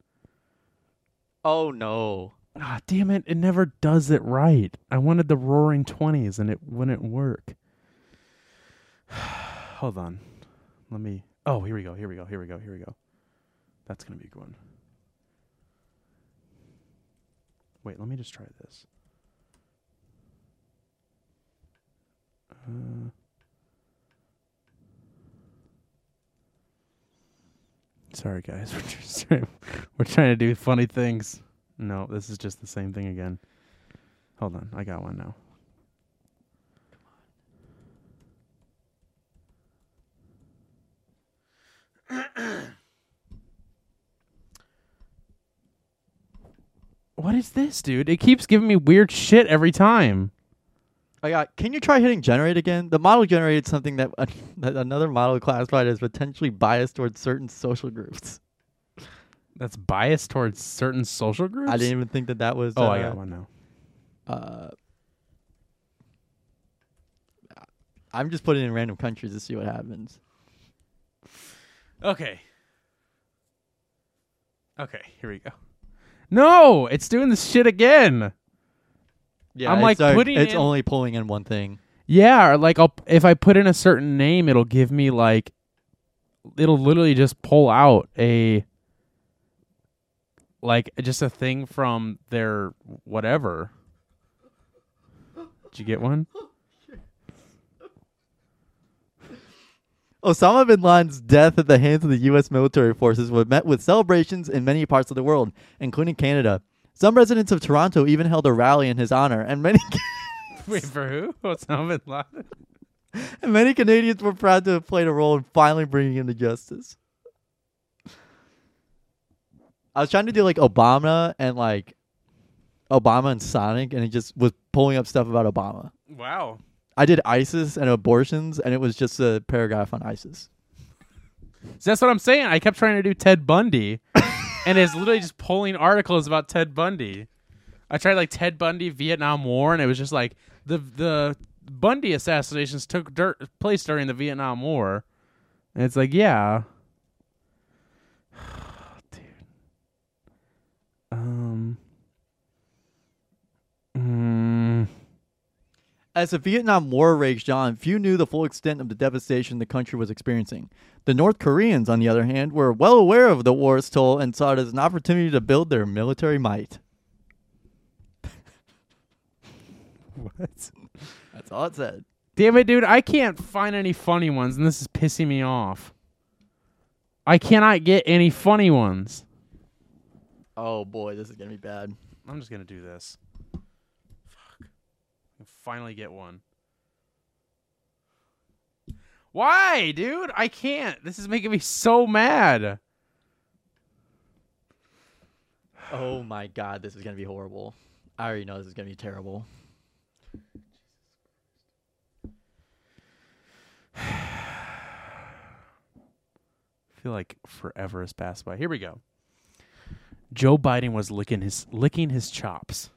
[SPEAKER 1] Oh, no.
[SPEAKER 2] Ah, damn it! It never does it right. I wanted the Roaring Twenties, and it wouldn't work. Hold on, let me. Oh, here we go. Here we go. Here we go. Here we go. That's gonna be a good one. Wait, let me just try this. Uh, sorry, guys. We're just trying, we're trying to do funny things. No, this is just the same thing again. Hold on, I got one now. what is this, dude? It keeps giving me weird shit every time.
[SPEAKER 1] I got. Oh, Can you try hitting generate again? The model generated something that, uh, that another model classified as potentially biased towards certain social groups.
[SPEAKER 2] That's biased towards certain social groups.
[SPEAKER 1] I didn't even think that that was.
[SPEAKER 2] Oh,
[SPEAKER 1] uh,
[SPEAKER 2] I got one now.
[SPEAKER 1] Uh, I'm just putting it in random countries to see what happens.
[SPEAKER 2] Okay. Okay, here we go. No, it's doing this shit again.
[SPEAKER 1] Yeah,
[SPEAKER 2] I'm,
[SPEAKER 1] it's,
[SPEAKER 2] like,
[SPEAKER 1] uh,
[SPEAKER 2] putting
[SPEAKER 1] It's
[SPEAKER 2] in-
[SPEAKER 1] only pulling in one thing.
[SPEAKER 2] Yeah, or like I'll if I put in a certain name, it'll give me like it'll literally just pull out a like just a thing from their whatever. Did you get one?
[SPEAKER 1] Osama bin Laden's death at the hands of the U.S. military forces was met with celebrations in many parts of the world, including Canada. Some residents of Toronto even held a rally in his honor, and many.
[SPEAKER 2] Wait for who? Osama bin Laden.
[SPEAKER 1] And many Canadians were proud to have played a role in finally bringing him to justice. I was trying to do like Obama and like Obama and Sonic, and it just was pulling up stuff about Obama.
[SPEAKER 2] Wow.
[SPEAKER 1] I did ISIS and abortions, and it was just a paragraph on ISIS.
[SPEAKER 2] So that's what I'm saying. I kept trying to do Ted Bundy, and it's literally just pulling articles about Ted Bundy. I tried like Ted Bundy Vietnam War, and it was just like the the Bundy assassinations took dirt, place during the Vietnam War, and it's like yeah, dude. Um. mm,
[SPEAKER 1] As the Vietnam War raged on, few knew the full extent of the devastation the country was experiencing. The North Koreans, on the other hand, were well aware of the war's toll and saw it as an opportunity to build their military might.
[SPEAKER 2] what?
[SPEAKER 1] That's all it said.
[SPEAKER 2] Damn it, dude. I can't find any funny ones, and this is pissing me off. I cannot get any funny ones.
[SPEAKER 1] Oh boy, this is gonna be bad.
[SPEAKER 2] I'm just going to do this. Fuck. Finally get one. Why, dude? I can't. This is making me so mad.
[SPEAKER 1] Oh my god, this is gonna be horrible. I already know this is gonna be terrible.
[SPEAKER 2] feel like forever has passed by. Here we go. Joe Biden was licking his licking his chops,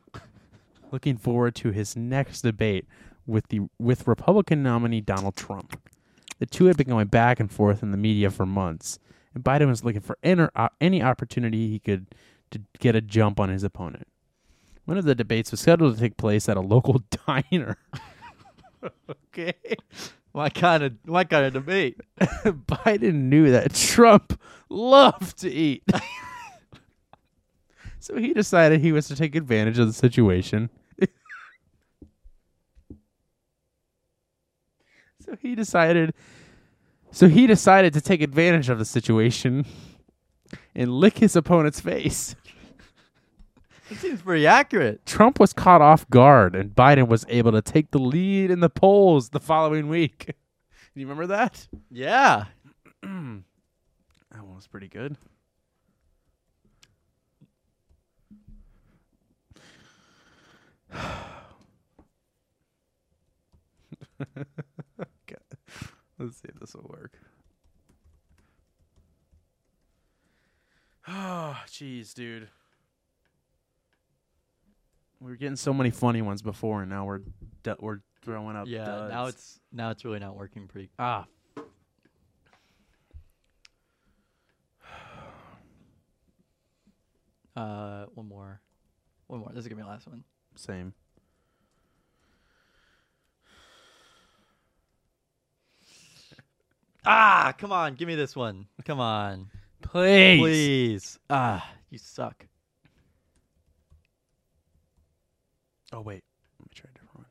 [SPEAKER 2] looking forward to his next debate with the with Republican nominee Donald Trump. The two had been going back and forth in the media for months, and Biden was looking for any, uh, any opportunity he could to get a jump on his opponent. One of the debates was scheduled to take place at a local diner. okay.
[SPEAKER 1] What kind of what kind of debate?
[SPEAKER 2] Biden knew that Trump loved to eat. so he decided he was to take advantage of the situation. so he decided so he decided to take advantage of the situation and lick his opponent's face.
[SPEAKER 1] It seems pretty accurate.
[SPEAKER 2] Trump was caught off guard and Biden was able to take the lead in the polls the following week. You remember that?
[SPEAKER 1] Yeah.
[SPEAKER 2] That one was pretty good. God. Let's see if this will work. Oh, jeez, dude. We were getting so many funny ones before, and now we're du- we're throwing up.
[SPEAKER 1] Yeah.
[SPEAKER 2] duds.
[SPEAKER 1] Now it's now it's really not working pretty.
[SPEAKER 2] Ah.
[SPEAKER 1] Uh, one more, one more. This is gonna be the last one.
[SPEAKER 2] Same.
[SPEAKER 1] Ah, come on, give me this one. Come on,
[SPEAKER 2] Please.
[SPEAKER 1] please. Ah, you suck.
[SPEAKER 2] Oh wait, let me try a different one.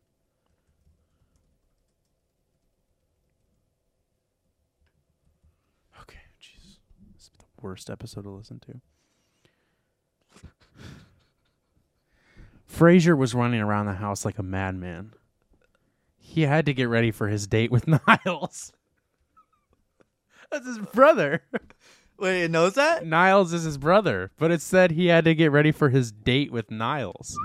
[SPEAKER 2] Okay, jeez, this is the worst episode to listen to. Frazier was running around the house like a madman. He had to get ready for his date with Niles. That's his brother.
[SPEAKER 1] Wait, it knows that?
[SPEAKER 2] Niles is his brother, but it said he had to get ready for his date with Niles.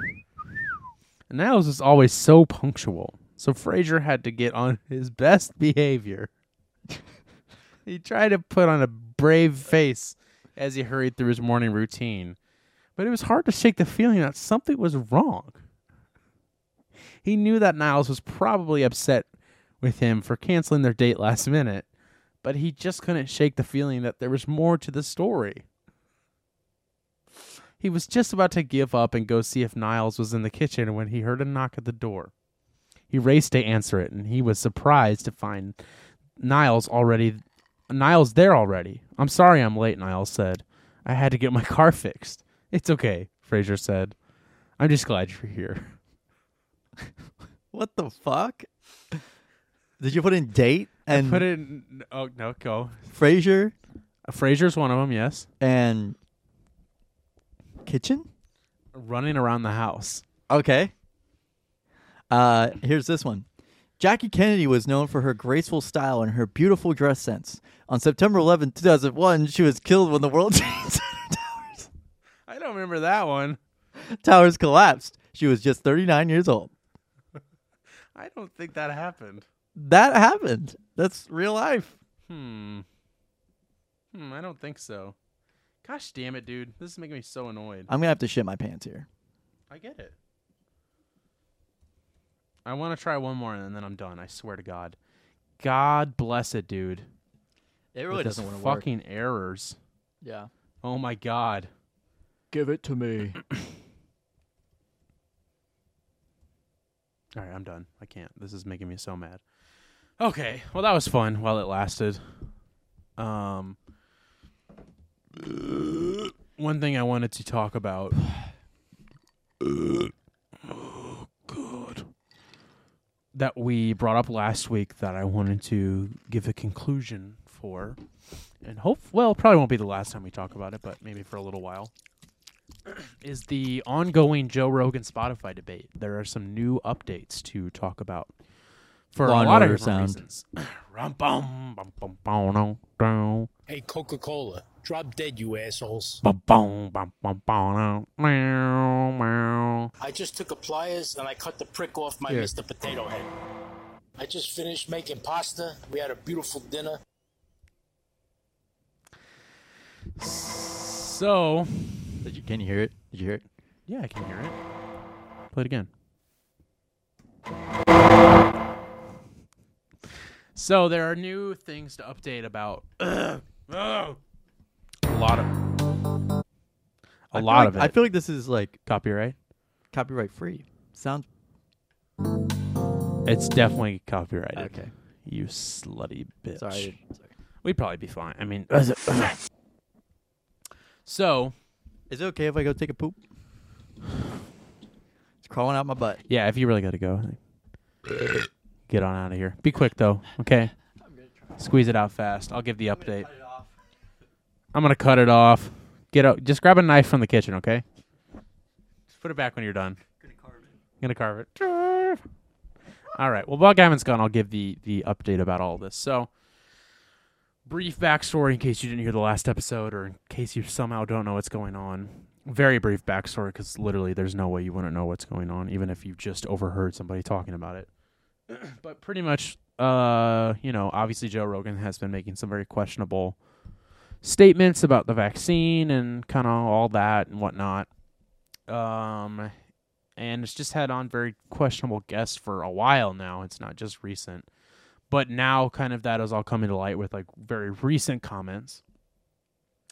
[SPEAKER 2] And Niles is always so punctual, so Frazier had to get on his best behavior. he tried to put on a brave face as he hurried through his morning routine, but it was hard to shake the feeling that something was wrong. He knew that Niles was probably upset with him for canceling their date last minute, but he just couldn't shake the feeling that there was more to the story. He was just about to give up and go see if Niles was in the kitchen when he heard a knock at the door. He raced to answer it, and he was surprised to find Niles already. Niles there already. I'm sorry I'm late, Niles said. I had to get my car fixed. It's okay, Fraser said. I'm just glad you're here.
[SPEAKER 1] What the fuck? Did you put in date and
[SPEAKER 2] Put in. Oh, no, go.
[SPEAKER 1] Fraser
[SPEAKER 2] Fraser's one of them, yes.
[SPEAKER 1] and kitchen?
[SPEAKER 2] Running around the house.
[SPEAKER 1] Okay. Uh, here's this one. Jackie Kennedy was known for her graceful style and her beautiful dress sense. On September 11, 2001, she was killed when the World Trade Center towers,
[SPEAKER 2] I don't remember that one.
[SPEAKER 1] towers collapsed. She was just 39 years old.
[SPEAKER 2] I don't think that happened.
[SPEAKER 1] That happened. That's real life.
[SPEAKER 2] Hmm. Hmm, I don't think so. Gosh damn it, dude. This is making me so annoyed.
[SPEAKER 1] I'm going to have to shit my pants here.
[SPEAKER 2] I get it. I want to try one more and then I'm done. I swear to God. God bless it, dude.
[SPEAKER 1] It
[SPEAKER 2] with his fucking errors.
[SPEAKER 1] Yeah.
[SPEAKER 2] Oh my God.
[SPEAKER 1] Give it to me.
[SPEAKER 2] All right, I'm done. I can't. This is making me so mad. Okay, well that was fun while it lasted. Um, one thing I wanted to talk about. Oh God, that we brought up last week that I wanted to give a conclusion for, and hope well probably won't be the last time we talk about it, but maybe for a little while is the ongoing Joe Rogan Spotify debate. There are some new updates to talk about for
[SPEAKER 1] Law
[SPEAKER 2] a
[SPEAKER 1] and
[SPEAKER 2] lot of
[SPEAKER 1] Order
[SPEAKER 2] different
[SPEAKER 1] sound.
[SPEAKER 2] reasons. Rum bum, bum bum bum dum, dum,
[SPEAKER 6] Hey, Coca Cola, drop dead, you assholes.
[SPEAKER 2] bum, bum, bum, bum, bum, dum, meow, meow.
[SPEAKER 6] I just took a pliers and I cut the prick off my Mr. Potato Head. I just finished making pasta. We had a beautiful dinner.
[SPEAKER 2] So,
[SPEAKER 1] Did you, can you hear it? Did you hear it?
[SPEAKER 2] yeah, I can hear it. Play it again. So there are new things to update about. Ugh. a lot of. A
[SPEAKER 1] I
[SPEAKER 2] lot
[SPEAKER 1] feel like-
[SPEAKER 2] of it.
[SPEAKER 1] I feel like this is like
[SPEAKER 2] copyright.
[SPEAKER 1] copyright free. Sounds
[SPEAKER 2] It's definitely copyrighted.
[SPEAKER 1] okay.
[SPEAKER 2] You slutty bitch.
[SPEAKER 1] Sorry. I didn't- sorry.
[SPEAKER 2] We'd probably be fine. I mean, so
[SPEAKER 1] Is it okay if I go take a poop? It's crawling out my butt.
[SPEAKER 2] yeah, if you really gotta go, get on out of here. Be quick though, okay? Squeeze it out fast. I'll give the update. I'm gonna cut it off. Get out. Just grab a knife from the kitchen, okay? Just put it back when you're done. Gonna carve it. Gonna carve it. all right. Well, while Gavin's gone, I'll give the the update about all this. So, brief backstory in case you didn't hear the last episode, or in case you somehow don't know what's going on. Very brief backstory, because literally, there's no way you wouldn't know what's going on, even if you just overheard somebody talking about it. but pretty much, uh, you know, obviously Joe Rogan has been making some very questionable statements about the vaccine and kind of all that and whatnot. Um, and it's just had on very questionable guests for a while now. It's not just recent, but now kind of that is all coming to light with like very recent comments,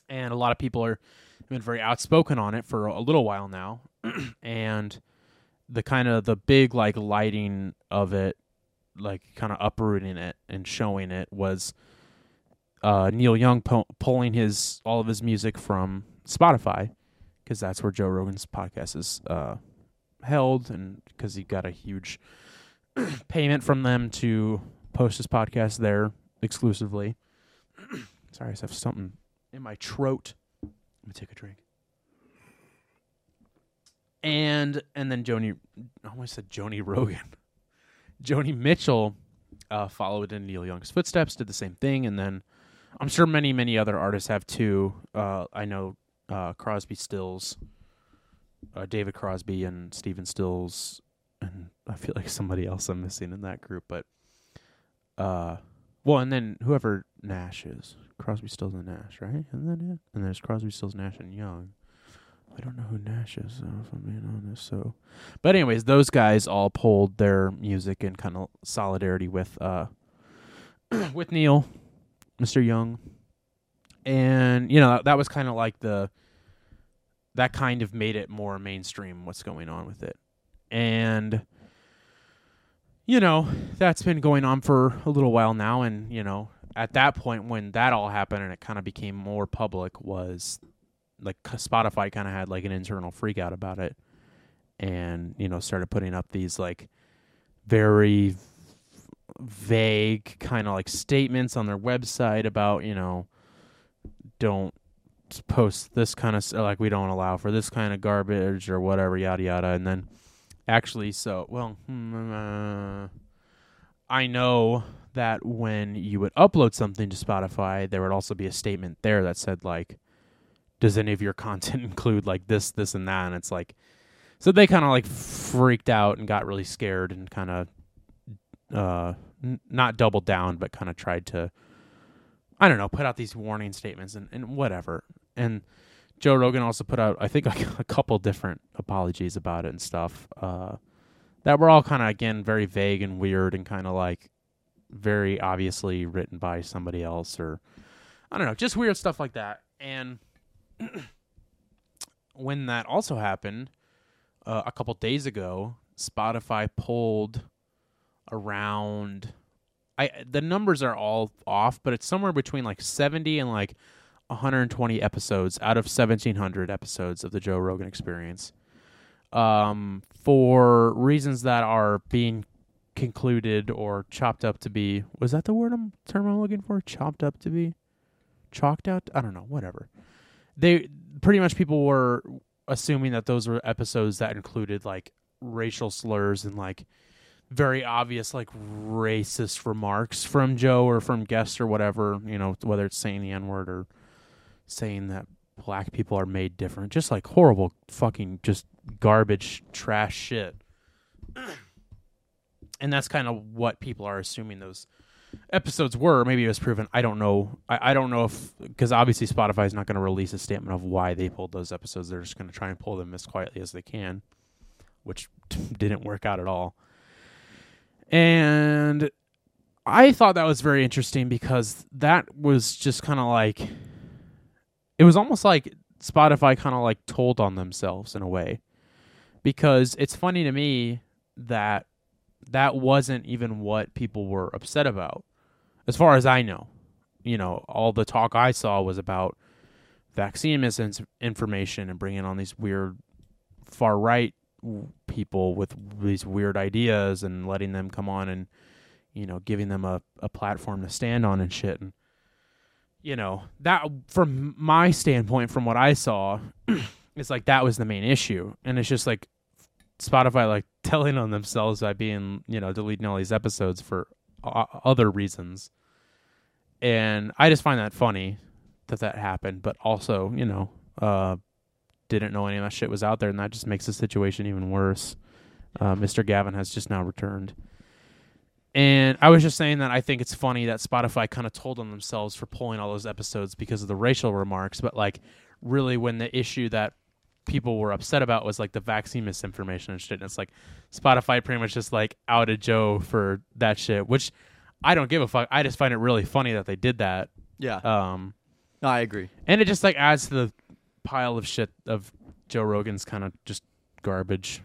[SPEAKER 2] and a lot of people are have been very outspoken on it for a little while now, and the kind of the big like lighting of it, like kind of uprooting it and showing it was uh, Neil Young po- pulling his all of his music from Spotify because that's where Joe Rogan's podcast is uh, held, and because he got a huge payment from them to post his podcast there exclusively. Sorry, I just have something in my throat. Let me take a drink. And and then Joni, I almost said Joni Rogan. Joni Mitchell uh, followed in Neil Young's footsteps, did the same thing, and then I'm sure many many other artists have too. Uh, I know uh, Crosby, Stills, uh, David Crosby, and Steven Stills, and I feel like somebody else I'm missing in that group, but uh, well, and then whoever Nash is, Crosby, Stills, and Nash, right? And then it, and there's Crosby, Stills, Nash, and Young. I don't know who Nash is, though, if I'm being honest. So, but anyways, those guys all pulled their music in kind of solidarity with uh with Neil, Mr. Young, and you know that, that was kind of like the that kind of made it more mainstream what's going on with it, and you know that's been going on for a little while now, and you know at that point when that all happened and it kind of became more public was like Spotify kind of had like an internal freak out about it and you know started putting up these like very v- vague kind of like statements on their website about you know don't post this kind of like we don't allow for this kind of garbage or whatever yada yada and then actually so well mm, uh, i know that when you would upload something to spotify there would also be a statement there that said like does any of your content include like this this and that and it's like so they kind of like freaked out and got really scared and kind of uh n- not doubled down but kind of tried to i don't know put out these warning statements and, and whatever and joe rogan also put out i think like a couple different apologies about it and stuff uh that were all kind of again very vague and weird and kind of like very obviously written by somebody else or i don't know just weird stuff like that and when that also happened uh, a couple days ago, Spotify pulled around. I the numbers are all off, but it's somewhere between like seventy and like one hundred and twenty episodes out of seventeen hundred episodes of the Joe Rogan Experience, um, for reasons that are being concluded or chopped up to be. Was that the word I'm term I'm looking for? Chopped up to be, chalked out. I don't know. Whatever. They pretty much people were assuming that those were episodes that included like racial slurs and like very obvious like racist remarks from Joe or from guests or whatever, you know, whether it's saying the N word or saying that black people are made different, just like horrible fucking just garbage trash shit. and that's kind of what people are assuming those episodes were. Maybe it was proven. I don't know. I, I don't know if because obviously Spotify is not going to release a statement of why they pulled those episodes. They're just going to try and pull them as quietly as they can, which didn't work out at all. And I thought that was very interesting because that was just kind of like it was almost like Spotify kind of like told on themselves in a way because it's funny to me that that wasn't even what people were upset about as far as I know. You know, all the talk I saw was about vaccine misinformation and bringing on these weird far right people with these weird ideas and letting them come on and you know giving them a, a platform to stand on and shit and you know that from my standpoint from what i saw it's like that was the main issue and it's just like spotify like telling on themselves by being you know deleting all these episodes for o- other reasons and i just find that funny that that happened but also you know uh didn't know any of that shit was out there and that just makes the situation even worse uh, mr gavin has just now returned and I was just saying that I think it's funny that Spotify kind of told on themselves for pulling all those episodes because of the racial remarks, but like really when the issue that people were upset about was like the vaccine misinformation and shit. And it's like Spotify pretty much just like outed Joe for that shit, which I don't give a fuck. I just find it really funny that they did that.
[SPEAKER 1] Yeah,
[SPEAKER 2] Um,
[SPEAKER 1] no, I agree.
[SPEAKER 2] and it just like adds to the pile of shit of Joe Rogan's kind of just garbage.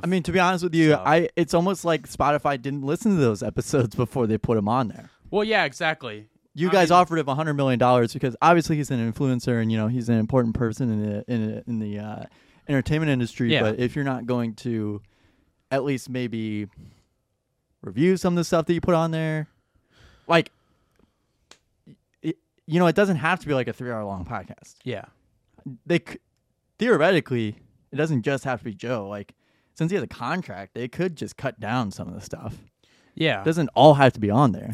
[SPEAKER 1] I mean, to be honest with you,
[SPEAKER 2] So-
[SPEAKER 1] I it's almost like Spotify didn't listen to those episodes before they put them on there.
[SPEAKER 2] Well, yeah, exactly.
[SPEAKER 1] You
[SPEAKER 2] I
[SPEAKER 1] guys
[SPEAKER 2] mean-
[SPEAKER 1] offered him hundred million dollars because obviously he's an influencer and you know he's an important person in the in, in the uh, entertainment industry.
[SPEAKER 2] Yeah.
[SPEAKER 1] But if you're not going to, at least maybe review some of the stuff that you put on there, like, y- you know, it doesn't have to be like a three hour long podcast.
[SPEAKER 2] Yeah.
[SPEAKER 1] They c- theoretically, it doesn't just have to be Joe. Like, since he has a contract, they could just cut down some of the stuff
[SPEAKER 2] Yeah.
[SPEAKER 1] doesn't all have to be on there.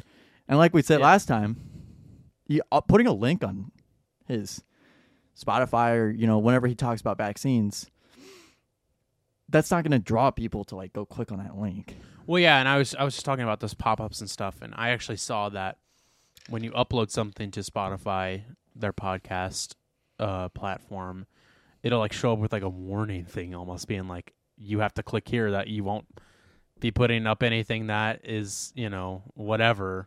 [SPEAKER 1] And like we said
[SPEAKER 2] Ah. Yeah.
[SPEAKER 1] last time, you, uh, putting a link on his Spotify or you know whenever he talks about vaccines, that's not going to draw people to like go click on that link.
[SPEAKER 2] Well, yeah, and I was I was just talking about those pop ups and stuff, and I actually saw that when you upload something to Spotify, their podcast uh, platform, it'll like show up with like a warning thing, almost being like you have to click here that you won't be putting up anything that is you know whatever.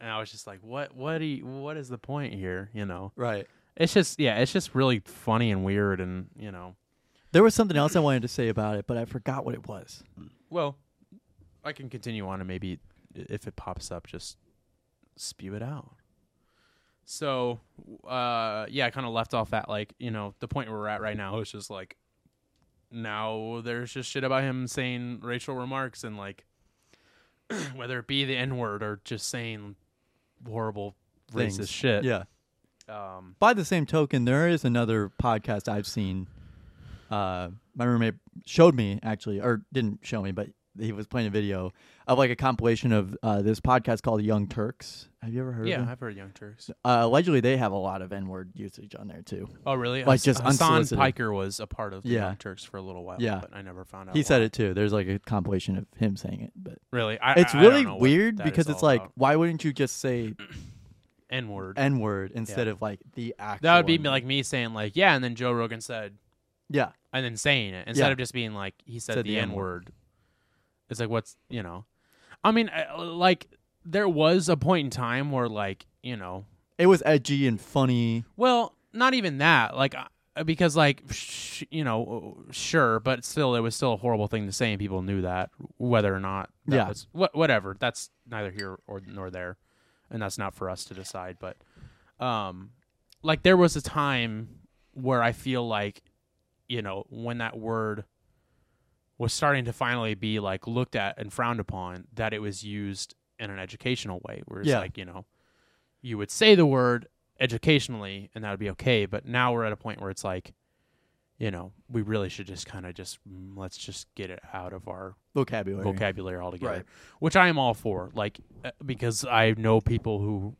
[SPEAKER 2] And I was just like, what what do you, what is the point here? You know,
[SPEAKER 1] Right.
[SPEAKER 2] it's just yeah, it's just really funny and weird, and you know,
[SPEAKER 1] There was something else I wanted to say about it, but I forgot what it was.
[SPEAKER 2] well, I can continue on and maybe i- if it pops up, just spew it out. So, uh, yeah, I kind of left off at like you know the point where we're at right now is just like now there's just shit about him saying racial remarks and like whether it be the n word or just saying horrible
[SPEAKER 1] Things.
[SPEAKER 2] racist shit.
[SPEAKER 1] Yeah.
[SPEAKER 2] Um,
[SPEAKER 1] By the same token, there is another podcast I've seen. Uh, my roommate showed me actually, or didn't show me, but he was playing a video of like a compilation of uh, this podcast called Young Turks. Have you ever heard
[SPEAKER 2] yeah,
[SPEAKER 1] of them?
[SPEAKER 2] I've heard Young Turks.
[SPEAKER 1] Uh, allegedly, they have a lot of N-word usage on there too.
[SPEAKER 2] Oh, really?
[SPEAKER 1] Like,
[SPEAKER 2] Hass-
[SPEAKER 1] just
[SPEAKER 2] Hassan
[SPEAKER 1] unsolicited.
[SPEAKER 2] Piker was a part of the
[SPEAKER 1] Yeah.
[SPEAKER 2] Young Turks for a little while.
[SPEAKER 1] Yeah.
[SPEAKER 2] but I never found out.
[SPEAKER 1] He
[SPEAKER 2] why.
[SPEAKER 1] said it too. There's like a compilation of him saying it, but
[SPEAKER 2] Really, I,
[SPEAKER 1] it's
[SPEAKER 2] I- I don't
[SPEAKER 1] really
[SPEAKER 2] know what
[SPEAKER 1] weird
[SPEAKER 2] that
[SPEAKER 1] because
[SPEAKER 2] is
[SPEAKER 1] it's
[SPEAKER 2] all
[SPEAKER 1] like,
[SPEAKER 2] about.
[SPEAKER 1] why wouldn't you just say
[SPEAKER 2] N word.
[SPEAKER 1] N-word instead of like the actual?
[SPEAKER 2] That would be
[SPEAKER 1] N-word?
[SPEAKER 2] like me saying like yeah, and then Joe Rogan said,
[SPEAKER 1] yeah,
[SPEAKER 2] and then saying it instead
[SPEAKER 1] Yeah.
[SPEAKER 2] of just being like he said, the N word. It's like what's you know, I mean I- like there was a point in time where like you know,
[SPEAKER 1] it was edgy and funny.
[SPEAKER 2] well not even that like I- because like sh- you know sure, but still it was still a horrible thing to say and people knew that whether or not that
[SPEAKER 1] Yeah.
[SPEAKER 2] was wha- whatever that's neither here or nor there, and that's not for us to decide, but um like there was a time where i feel like you know when that word was starting to finally be like looked at and frowned upon that it was used in an educational way where it's
[SPEAKER 1] Yeah.
[SPEAKER 2] like you know you would say the word educationally and that would be okay but now we're at a point where it's like you know we really should just kind of just mm, let's just get it out of our
[SPEAKER 1] Vocabulary.
[SPEAKER 2] vocabulary altogether,
[SPEAKER 1] Right.
[SPEAKER 2] which I am all for. Like uh, because I know people who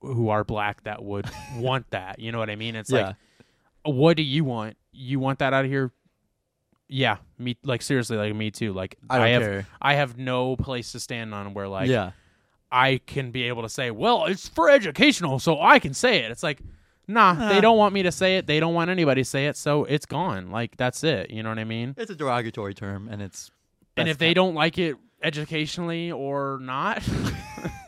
[SPEAKER 2] who are black that would want that. You know what I mean? It's
[SPEAKER 1] Yeah.
[SPEAKER 2] like, what do you want? You want that out of here? Yeah, me. Like seriously, like me too. Like
[SPEAKER 1] I don't
[SPEAKER 2] have
[SPEAKER 1] care.
[SPEAKER 2] I have no place to stand on where like
[SPEAKER 1] yeah.
[SPEAKER 2] I can be able to say, well, it's for educational, so I can say it. It's like, nah, they
[SPEAKER 1] Uh.
[SPEAKER 2] don't want me to say it. They don't want anybody to say it, so it's gone. Like that's it. You know what I mean?
[SPEAKER 1] It's a derogatory term, and it's
[SPEAKER 2] and
[SPEAKER 1] that's
[SPEAKER 2] if they
[SPEAKER 1] not-
[SPEAKER 2] don't like it educationally or not,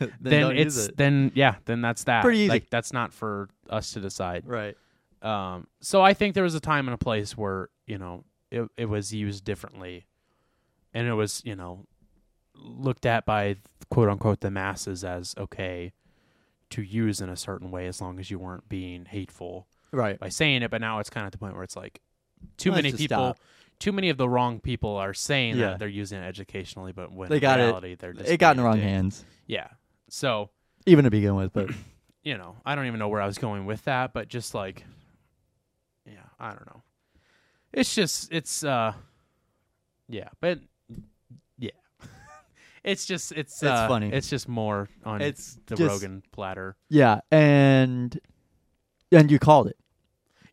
[SPEAKER 1] then,
[SPEAKER 2] then,
[SPEAKER 1] don't
[SPEAKER 2] it's
[SPEAKER 1] use it.
[SPEAKER 2] then yeah, then that's that.
[SPEAKER 1] Pretty easy.
[SPEAKER 2] Like that's not for us to decide.
[SPEAKER 1] right.
[SPEAKER 2] Um, so I think there was a time and a place where you know it it was used differently, and it was you know looked at by quote unquote the masses as okay to use in a certain way as long as you weren't being hateful
[SPEAKER 1] Right.
[SPEAKER 2] by saying it. But now it's kind of at the point where it's like too
[SPEAKER 1] Let's
[SPEAKER 2] many
[SPEAKER 1] just
[SPEAKER 2] people.
[SPEAKER 1] stop.
[SPEAKER 2] Too many of the wrong people are saying
[SPEAKER 1] Yeah.
[SPEAKER 2] that they're using it educationally, but when
[SPEAKER 1] They
[SPEAKER 2] in
[SPEAKER 1] got it-
[SPEAKER 2] reality, they're just
[SPEAKER 1] It got in the
[SPEAKER 2] being a
[SPEAKER 1] wrong
[SPEAKER 2] dick.
[SPEAKER 1] hands,
[SPEAKER 2] Yeah. So
[SPEAKER 1] even to begin with. But
[SPEAKER 2] you know, I don't even know where I was going with that, but just like, yeah, I don't know. It's just, it's, uh, yeah, but yeah, it's just, it's,
[SPEAKER 1] It's
[SPEAKER 2] uh,
[SPEAKER 1] funny.
[SPEAKER 2] It's just more on
[SPEAKER 1] It's
[SPEAKER 2] the
[SPEAKER 1] just-
[SPEAKER 2] Rogan platter.
[SPEAKER 1] yeah, and and you called it.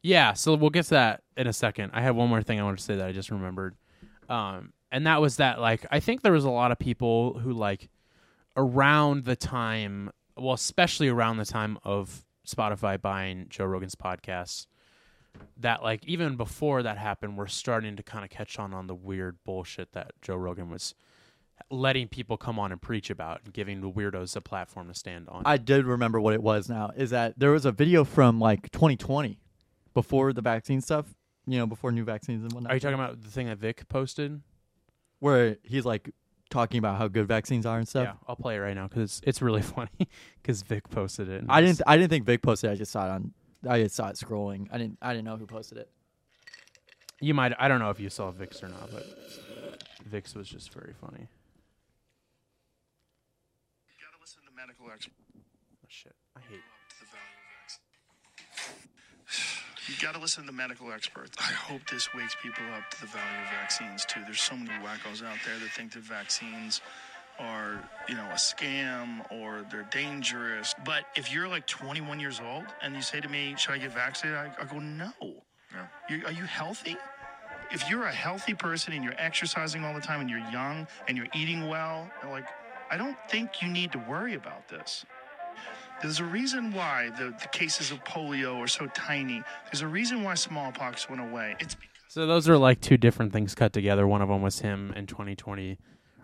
[SPEAKER 2] Yeah, so we'll get to that in a second. I have one more thing I wanted to say that I just remembered. Um, and that was that like I think there was a lot of people who like around the time, well, especially around the time of Spotify buying Joe Rogan's podcasts, that like even before that happened, we're starting to kind of catch on on the weird bullshit that Joe Rogan was letting people come on and preach about and giving the weirdos a platform to stand on.
[SPEAKER 1] I did remember what it was now is that there was a video from like 2020 before the vaccine stuff, you know, before new vaccines and whatnot.
[SPEAKER 2] Are you talking about the thing that Vic posted?
[SPEAKER 1] where he's like talking about how good vaccines are and stuff?
[SPEAKER 2] Yeah, I'll play it right now because it's really funny because Vic posted it. and
[SPEAKER 1] I
[SPEAKER 2] it's-
[SPEAKER 1] didn't I didn't think Vic posted it. I just saw it on I just saw it scrolling. I didn't I didn't know who posted it.
[SPEAKER 2] You might. I don't know if you saw Vic's or not, but Vic's was just very funny.
[SPEAKER 7] You gotta listen to medical experts.
[SPEAKER 2] Oh, shit, I hate.
[SPEAKER 7] The value of vaccines. You gotta listen to medical experts. I hope this wakes people up to the value of vaccines too. There's so many wackos out there that think that vaccines are, you know, a scam or they're dangerous. But if you're like 21 years old and you say to me, "Should I get vaccinated?" I, I go, "No." You, are you healthy? If you're a healthy person and you're exercising all the time and you're young and you're eating well, like, I don't think you need to worry about this. There's a reason why the, the cases of polio are so tiny. There's a reason why smallpox went away. It's because
[SPEAKER 2] So those are like two different things cut together. One of them was him in 2020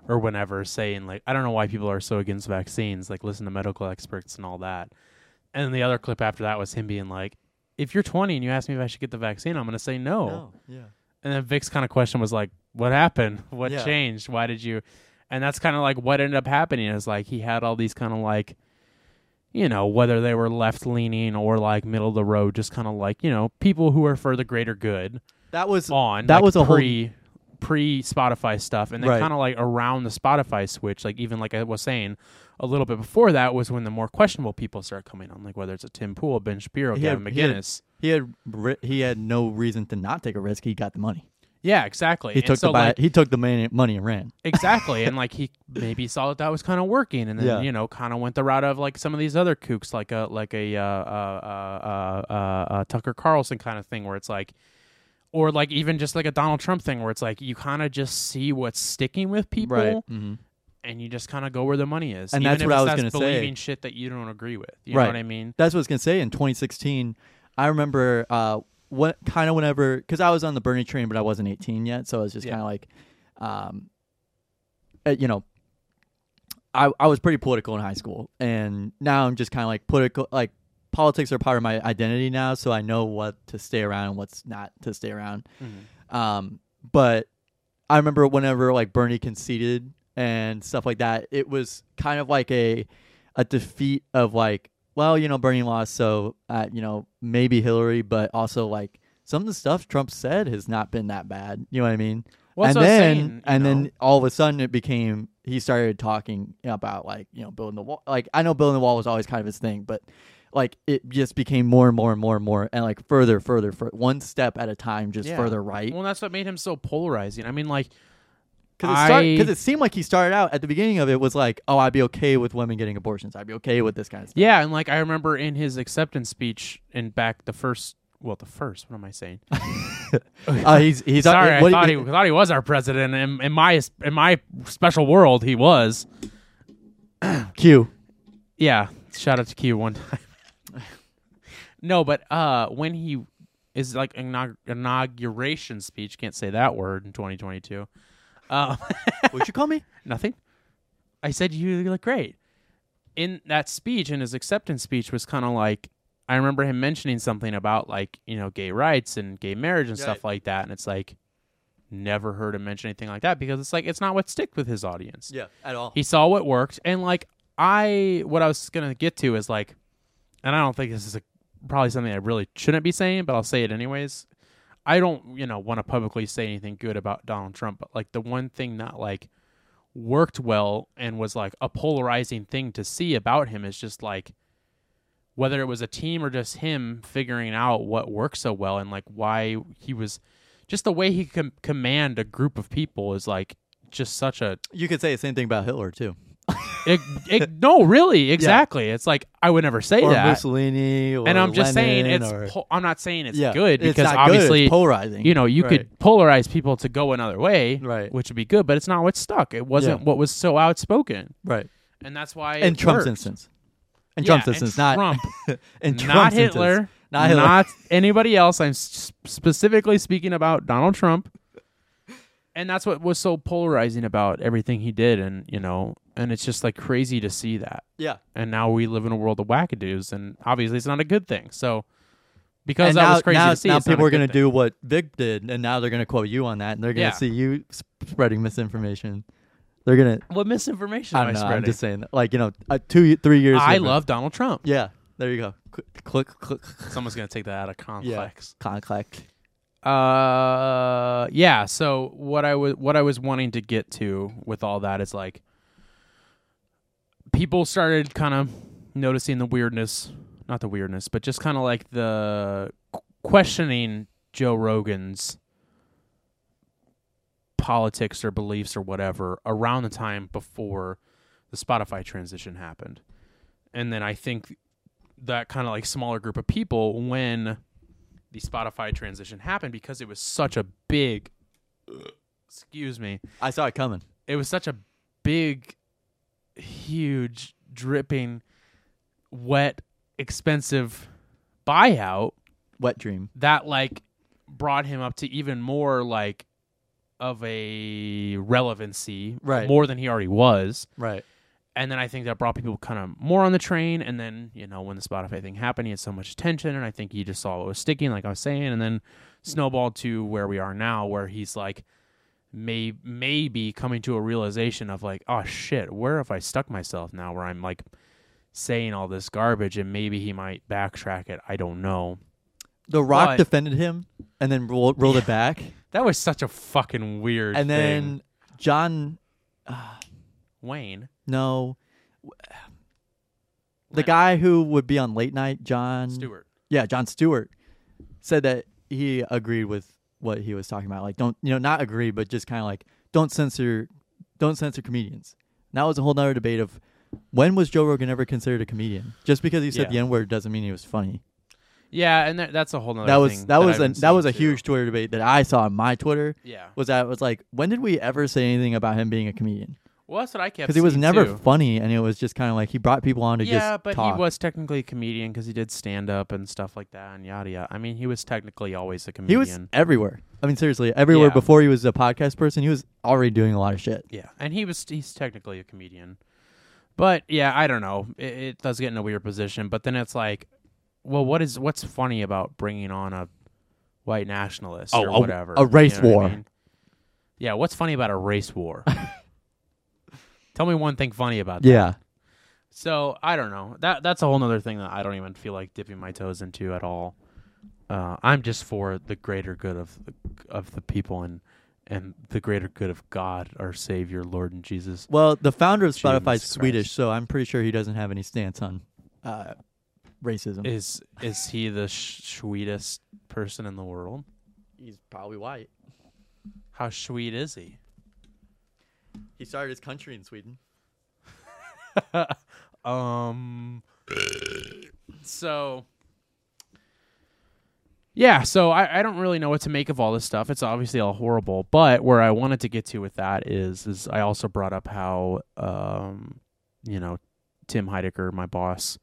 [SPEAKER 2] or whenever saying like, I don't know why people are so against vaccines. Like, listen to medical experts and all that. And the other clip after that was him being like, If you're 20 and you ask me if I should get the vaccine, I'm gonna say no.
[SPEAKER 1] yeah.
[SPEAKER 2] and then Vic's kind of question was like, "What happened? What
[SPEAKER 1] Yeah.
[SPEAKER 2] changed? Why did you?" And that's kind of like what ended up happening is like he had all these kind of like, you know, whether they were left leaning or like middle of the road, just kind of like you know people who are for the greater good
[SPEAKER 1] That was
[SPEAKER 2] on
[SPEAKER 1] that
[SPEAKER 2] like,
[SPEAKER 1] was a whole
[SPEAKER 2] pre pre Spotify stuff, and then
[SPEAKER 1] Right.
[SPEAKER 2] kind of like around the Spotify switch, like even like I was saying a little bit before that was when the more questionable people start coming on, like whether it's a Tim Pool, Ben Shapiro,
[SPEAKER 1] He had-
[SPEAKER 2] Gavin
[SPEAKER 1] he had-
[SPEAKER 2] McGinnis.
[SPEAKER 1] he had ri- he had no reason to not take a risk. He got the money.
[SPEAKER 2] yeah, exactly.
[SPEAKER 1] He
[SPEAKER 2] And
[SPEAKER 1] took
[SPEAKER 2] so,
[SPEAKER 1] the buy,
[SPEAKER 2] like,
[SPEAKER 1] he took the man, money and ran.
[SPEAKER 2] exactly and like he maybe saw that that was kind of working and then
[SPEAKER 1] Yeah.
[SPEAKER 2] you know kind of went the route of like some of these other kooks like a like a uh uh uh uh, uh tucker carlson kind of thing where it's like or like even just like a donald trump thing where it's like you kind of just see what's sticking with people
[SPEAKER 1] Right.
[SPEAKER 2] Mm-hmm.
[SPEAKER 1] Mhm.
[SPEAKER 2] and you just kind of go where the money is
[SPEAKER 1] And
[SPEAKER 2] even
[SPEAKER 1] that's
[SPEAKER 2] if
[SPEAKER 1] what I
[SPEAKER 2] it's-
[SPEAKER 1] was gonna say.
[SPEAKER 2] believing shit that you don't agree with you know
[SPEAKER 1] Right.
[SPEAKER 2] what i mean
[SPEAKER 1] That's what I was gonna say. In 2016, I remember uh, what kind of whenever because I was on the Bernie train, but I wasn't 18 yet, so I was just
[SPEAKER 2] Yeah.
[SPEAKER 1] kind of like, um, uh, you know, I I was pretty political in high school, and now I'm just kind of like political, like politics are part of my identity now, so I know what to stay around and what's not to stay around. Um, but I remember whenever like Bernie conceded and stuff like that, it was kind of like a a defeat of like, well, you know, Bernie lost, so uh, you know, maybe Hillary, but also like some of the stuff Trump said has not been that bad. You know what I mean?
[SPEAKER 2] Well, that's
[SPEAKER 1] and
[SPEAKER 2] what I'm
[SPEAKER 1] then
[SPEAKER 2] saying, you
[SPEAKER 1] and
[SPEAKER 2] know.
[SPEAKER 1] then all of a sudden it became he started talking about like you know building the wall. Like I know building the wall was always kind of his thing, but like it just became more and more and more and more and like further, further, fur- one step at a time, just
[SPEAKER 2] Yeah.
[SPEAKER 1] further right.
[SPEAKER 2] well that's what made him so polarizing i mean like
[SPEAKER 1] Because it, start-
[SPEAKER 2] I-
[SPEAKER 1] 'cause it seemed like he started out at the beginning of it was like, oh, I'd be okay with women getting abortions. I'd be okay with this kind of stuff.
[SPEAKER 2] Yeah, and like I remember in his acceptance speech and back the first well the first what am I saying?
[SPEAKER 1] Uh, he's he's
[SPEAKER 2] Sorry, I
[SPEAKER 1] what-
[SPEAKER 2] thought he, thought he was our president in, in my in my special world he was.
[SPEAKER 1] Q.
[SPEAKER 2] Yeah, shout out to Q one time. no, but uh, when he is like inaug- inauguration speech, can't say that word in 2022. Um,
[SPEAKER 1] What'd you call me?
[SPEAKER 2] nothing. I said you look great. In that speech, in his acceptance speech, was kind of like I remember him mentioning something about like you know gay rights and gay marriage and stuff like that, and it's like never heard him mention anything like that because it's like it's not what sticked with his audience.
[SPEAKER 1] Yeah, at all.
[SPEAKER 2] He saw what worked, and like I, what I was gonna get to is like, and I don't think this is a, probably something I really shouldn't be saying, but I'll say it anyways. I don't, you know, want to publicly say anything good about Donald Trump, but like the one thing that like worked well and was like a polarizing thing to see about him is just like whether it was a team or just him figuring out what worked so well and like why he was just the way he can command a group of people is like just such a
[SPEAKER 1] You could say the same thing about Hitler too,
[SPEAKER 2] it, it, no, really, exactly. It's like I would never say
[SPEAKER 1] or
[SPEAKER 2] that.
[SPEAKER 1] Mussolini, or
[SPEAKER 2] and I'm just saying
[SPEAKER 1] Lenin,
[SPEAKER 2] it's.
[SPEAKER 1] or-
[SPEAKER 2] po- I'm not saying it's
[SPEAKER 1] yeah,
[SPEAKER 2] good
[SPEAKER 1] it's
[SPEAKER 2] because
[SPEAKER 1] not good, it's
[SPEAKER 2] obviously,
[SPEAKER 1] polarizing.
[SPEAKER 2] you know, you
[SPEAKER 1] Right.
[SPEAKER 2] could polarize people to go another way,
[SPEAKER 1] Right.
[SPEAKER 2] Which would be good, but it's not what stuck. It wasn't
[SPEAKER 1] Yeah.
[SPEAKER 2] what was so outspoken,
[SPEAKER 1] right
[SPEAKER 2] and that's why.
[SPEAKER 1] in
[SPEAKER 2] it
[SPEAKER 1] Trump's
[SPEAKER 2] worked.
[SPEAKER 1] instance. In
[SPEAKER 2] Yeah,
[SPEAKER 1] Trump's
[SPEAKER 2] and
[SPEAKER 1] instance, not
[SPEAKER 2] Trump,
[SPEAKER 1] in
[SPEAKER 2] not
[SPEAKER 1] Trump's instance.
[SPEAKER 2] Hitler,
[SPEAKER 1] not Hitler.
[SPEAKER 2] not anybody else. I'm s- specifically speaking about Donald Trump, and that's what was so polarizing about everything he did, and you know, and it's just like crazy to see that.
[SPEAKER 1] Yeah,
[SPEAKER 2] and now we live in a world of wackadoos, and obviously it's not a good thing. So, because
[SPEAKER 1] and
[SPEAKER 2] that
[SPEAKER 1] now,
[SPEAKER 2] was crazy
[SPEAKER 1] now,
[SPEAKER 2] to see,
[SPEAKER 1] now
[SPEAKER 2] it's not
[SPEAKER 1] people
[SPEAKER 2] a
[SPEAKER 1] are
[SPEAKER 2] good
[SPEAKER 1] going to
[SPEAKER 2] thing.
[SPEAKER 1] do what Vic did, and now they're going to quote you on that, and they're going
[SPEAKER 2] Yeah.
[SPEAKER 1] to see you sp- spreading misinformation. They're going to.
[SPEAKER 2] what misinformation am
[SPEAKER 1] I
[SPEAKER 2] I
[SPEAKER 1] don't know. I'm
[SPEAKER 2] spreading?
[SPEAKER 1] just saying, like you know, uh, two, three years.
[SPEAKER 2] I
[SPEAKER 1] later-
[SPEAKER 2] love Donald Trump.
[SPEAKER 1] Yeah, there you go. Click, click, click. click.
[SPEAKER 2] Someone's gonna take that out of complex.
[SPEAKER 1] Conflict.
[SPEAKER 2] Uh, yeah. So what I was what I was wanting to get to with all that is like people started kind of noticing the weirdness, not the weirdness, but just kind of like the qu- questioning Joe Rogan's politics or beliefs or whatever around the time before the Spotify transition happened. And then I think that kind of like smaller group of people when the Spotify transition happened because it was such a big excuse me.
[SPEAKER 1] I saw it coming.
[SPEAKER 2] It was such a big huge dripping wet expensive buyout
[SPEAKER 1] Wet dream.
[SPEAKER 2] that like brought him up to even more like of a relevancy
[SPEAKER 1] Right.
[SPEAKER 2] more than he already was
[SPEAKER 1] Right.
[SPEAKER 2] and then I think that brought people kind of more on the train. And then you know when the Spotify thing happened, he had so much attention, and I think he just saw what was sticking, like I was saying, and then snowballed to where we are now, where he's like, may maybe coming to a realization of like, oh shit, where have I stuck myself now? Where I'm like saying all this garbage, and maybe he might backtrack it. I don't know.
[SPEAKER 1] The Rock
[SPEAKER 2] But-
[SPEAKER 1] defended him, and then rolled, rolled it back,
[SPEAKER 2] That was such a fucking weird.
[SPEAKER 1] and then
[SPEAKER 2] thing.
[SPEAKER 1] John.
[SPEAKER 2] Wayne,
[SPEAKER 1] No. The guy who would be on late night, John
[SPEAKER 2] Stewart,
[SPEAKER 1] Yeah, John Stewart said that he agreed with what he was talking about. Like, don't you know, not agree, but just kind of like don't censor, don't censor comedians. And that was a whole nother debate of when was Joe Rogan ever considered a comedian? Just because he said
[SPEAKER 2] Yeah.
[SPEAKER 1] the N word doesn't mean he was funny.
[SPEAKER 2] yeah, and that, that's a whole nother.
[SPEAKER 1] that was
[SPEAKER 2] thing
[SPEAKER 1] that, was
[SPEAKER 2] I've
[SPEAKER 1] a
[SPEAKER 2] been
[SPEAKER 1] that was a
[SPEAKER 2] seeing, too.
[SPEAKER 1] huge Twitter debate that I saw on my Twitter.
[SPEAKER 2] Yeah.
[SPEAKER 1] was that it was like when did we ever say anything about him being a comedian?
[SPEAKER 2] Well, that's what I kept
[SPEAKER 1] Because he was
[SPEAKER 2] seeing,
[SPEAKER 1] never
[SPEAKER 2] too.
[SPEAKER 1] funny, and it was just kind of like he brought people on to
[SPEAKER 2] yeah,
[SPEAKER 1] just
[SPEAKER 2] but
[SPEAKER 1] talk.
[SPEAKER 2] he was technically a comedian because he did stand up and stuff like that and yada yada. I mean, he was technically always a
[SPEAKER 1] He
[SPEAKER 2] comedian.
[SPEAKER 1] was everywhere. I mean, seriously, everywhere.
[SPEAKER 2] Yeah.
[SPEAKER 1] Before he was a podcast person, he was already doing a lot of shit.
[SPEAKER 2] yeah, and he was he's technically a comedian. But yeah, I don't know. It, it does get in a weird position. But then it's like, well, what is what's funny about bringing on a white nationalist
[SPEAKER 1] Oh,
[SPEAKER 2] or
[SPEAKER 1] a-
[SPEAKER 2] whatever?
[SPEAKER 1] a race
[SPEAKER 2] what I
[SPEAKER 1] war.
[SPEAKER 2] mean? Yeah, what's funny about a race war? Tell me one thing funny about that.
[SPEAKER 1] Yeah.
[SPEAKER 2] So I don't know. That that's a whole nother thing that I don't even feel like dipping my toes into at all. Uh, I'm just for the greater good of the, of the people and and the greater good of God, our Savior, Lord, and Jesus.
[SPEAKER 1] Well, the founder of Spotify is
[SPEAKER 2] Christ.
[SPEAKER 1] Swedish, so I'm pretty sure he doesn't have any stance on uh, racism.
[SPEAKER 2] Is is he the sh- sweetest person in the world?
[SPEAKER 1] He's probably white.
[SPEAKER 2] How sweet is he?
[SPEAKER 1] He started his country in Sweden.
[SPEAKER 2] Um. so. Yeah, so I, I don't really know what to make of all this stuff. It's obviously all horrible, but where I wanted to get to with that is is I also brought up how um, you know, Tim Heidecker, my boss,